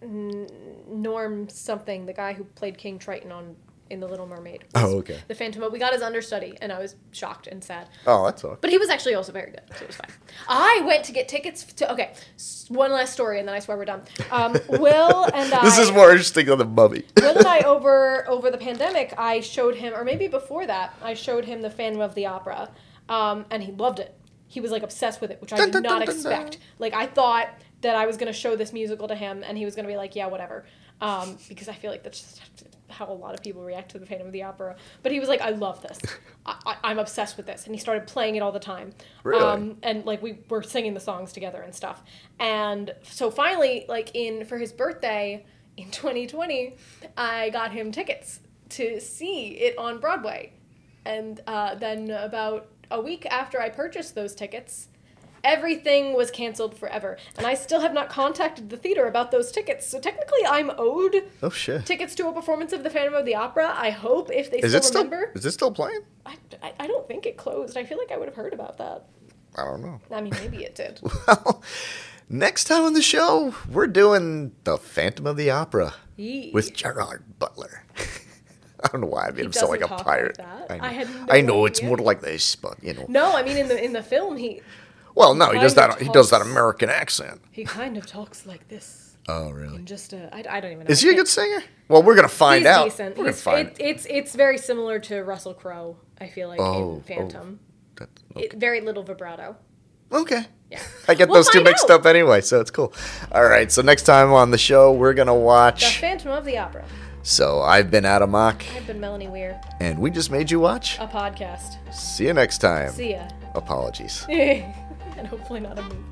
B: N- Norm something, the guy who played King Triton on in The Little Mermaid. was
A: Oh, okay.
B: The Phantom. But we got his understudy, and I was shocked and sad.
A: Oh, that's all.
B: But he was actually also very good, so it was fine. I went to get tickets to. Okay, s- one last story, and then I swear we're done. Um, Will and I.
A: This is more interesting than the mummy.
B: Will and I over over the pandemic, I showed him, or maybe before that, I showed him the Phantom of the Opera, um, and he loved it. He was like obsessed with it, which I
A: Dun,
B: did
A: dun, dun,
B: not
A: dun,
B: expect.
A: dun.
B: Like I thought that I was gonna show this musical to him, and he was gonna be like, "Yeah, whatever," um, because I feel like that's just how a lot of people react to the Phantom of the Opera. But he was like, "I love this. I, I, I'm obsessed with this," and he started playing it all the time. Um,
A: Really?
B: and like we were singing the songs together and stuff. And so finally, like in for his birthday in 2020, I got him tickets to see it on Broadway. And uh, then about a week after I purchased those tickets, everything was canceled forever. And I still have not contacted the theater about those tickets. So technically, I'm owed
A: Oh shit.
B: tickets to a performance of The Phantom of the Opera. I hope if they
A: Is
B: still
A: it still
B: remember.
A: is it still playing?
B: I, I, I don't think it closed. I feel like I would have heard about that.
A: I don't know.
B: I mean, maybe it did.
A: Well, next time on the show, we're doing The Phantom of the Opera
B: Yee.
A: with Gerard Butler. I don't know why I made him
B: doesn't
A: sound like a
B: talk like
A: pirate.
B: that.
A: I know,
B: I had no
A: I know it's
B: idea.
A: more like this, but you know.
B: No, I mean in the in the film he
A: well, no, he does
B: kind of
A: that. He does that
B: talks-
A: American accent.
B: he kind of talks like this.
A: Oh, really?
B: And just a, I, I don't even know.
A: Is he a
B: Yeah.
A: good singer? Well, we're gonna find
B: He's
A: out.
B: decent.
A: We're gonna
B: He's-
A: find.
B: it- it's it's very similar to Russell Crowe. I feel like
A: Oh,
B: in
A: oh,
B: Phantom.
A: that-
B: It, very little vibrato.
A: Okay.
B: Yeah.
A: I get
B: We'll
A: those two
B: find
A: mixed
B: out.
A: up anyway, so it's cool. All right, so next time on the show, we're gonna
B: The
A: watch.
B: Phantom of the Opera.
A: So I've been Adam Mock,
B: I've been Melanie Weir.
A: and we just made you watch.
B: A podcast.
A: See you next time.
B: See ya.
A: Apologies.
B: and hopefully not a movie.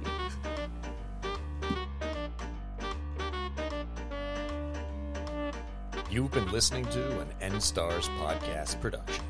K: You've been listening to an N Stars podcast production.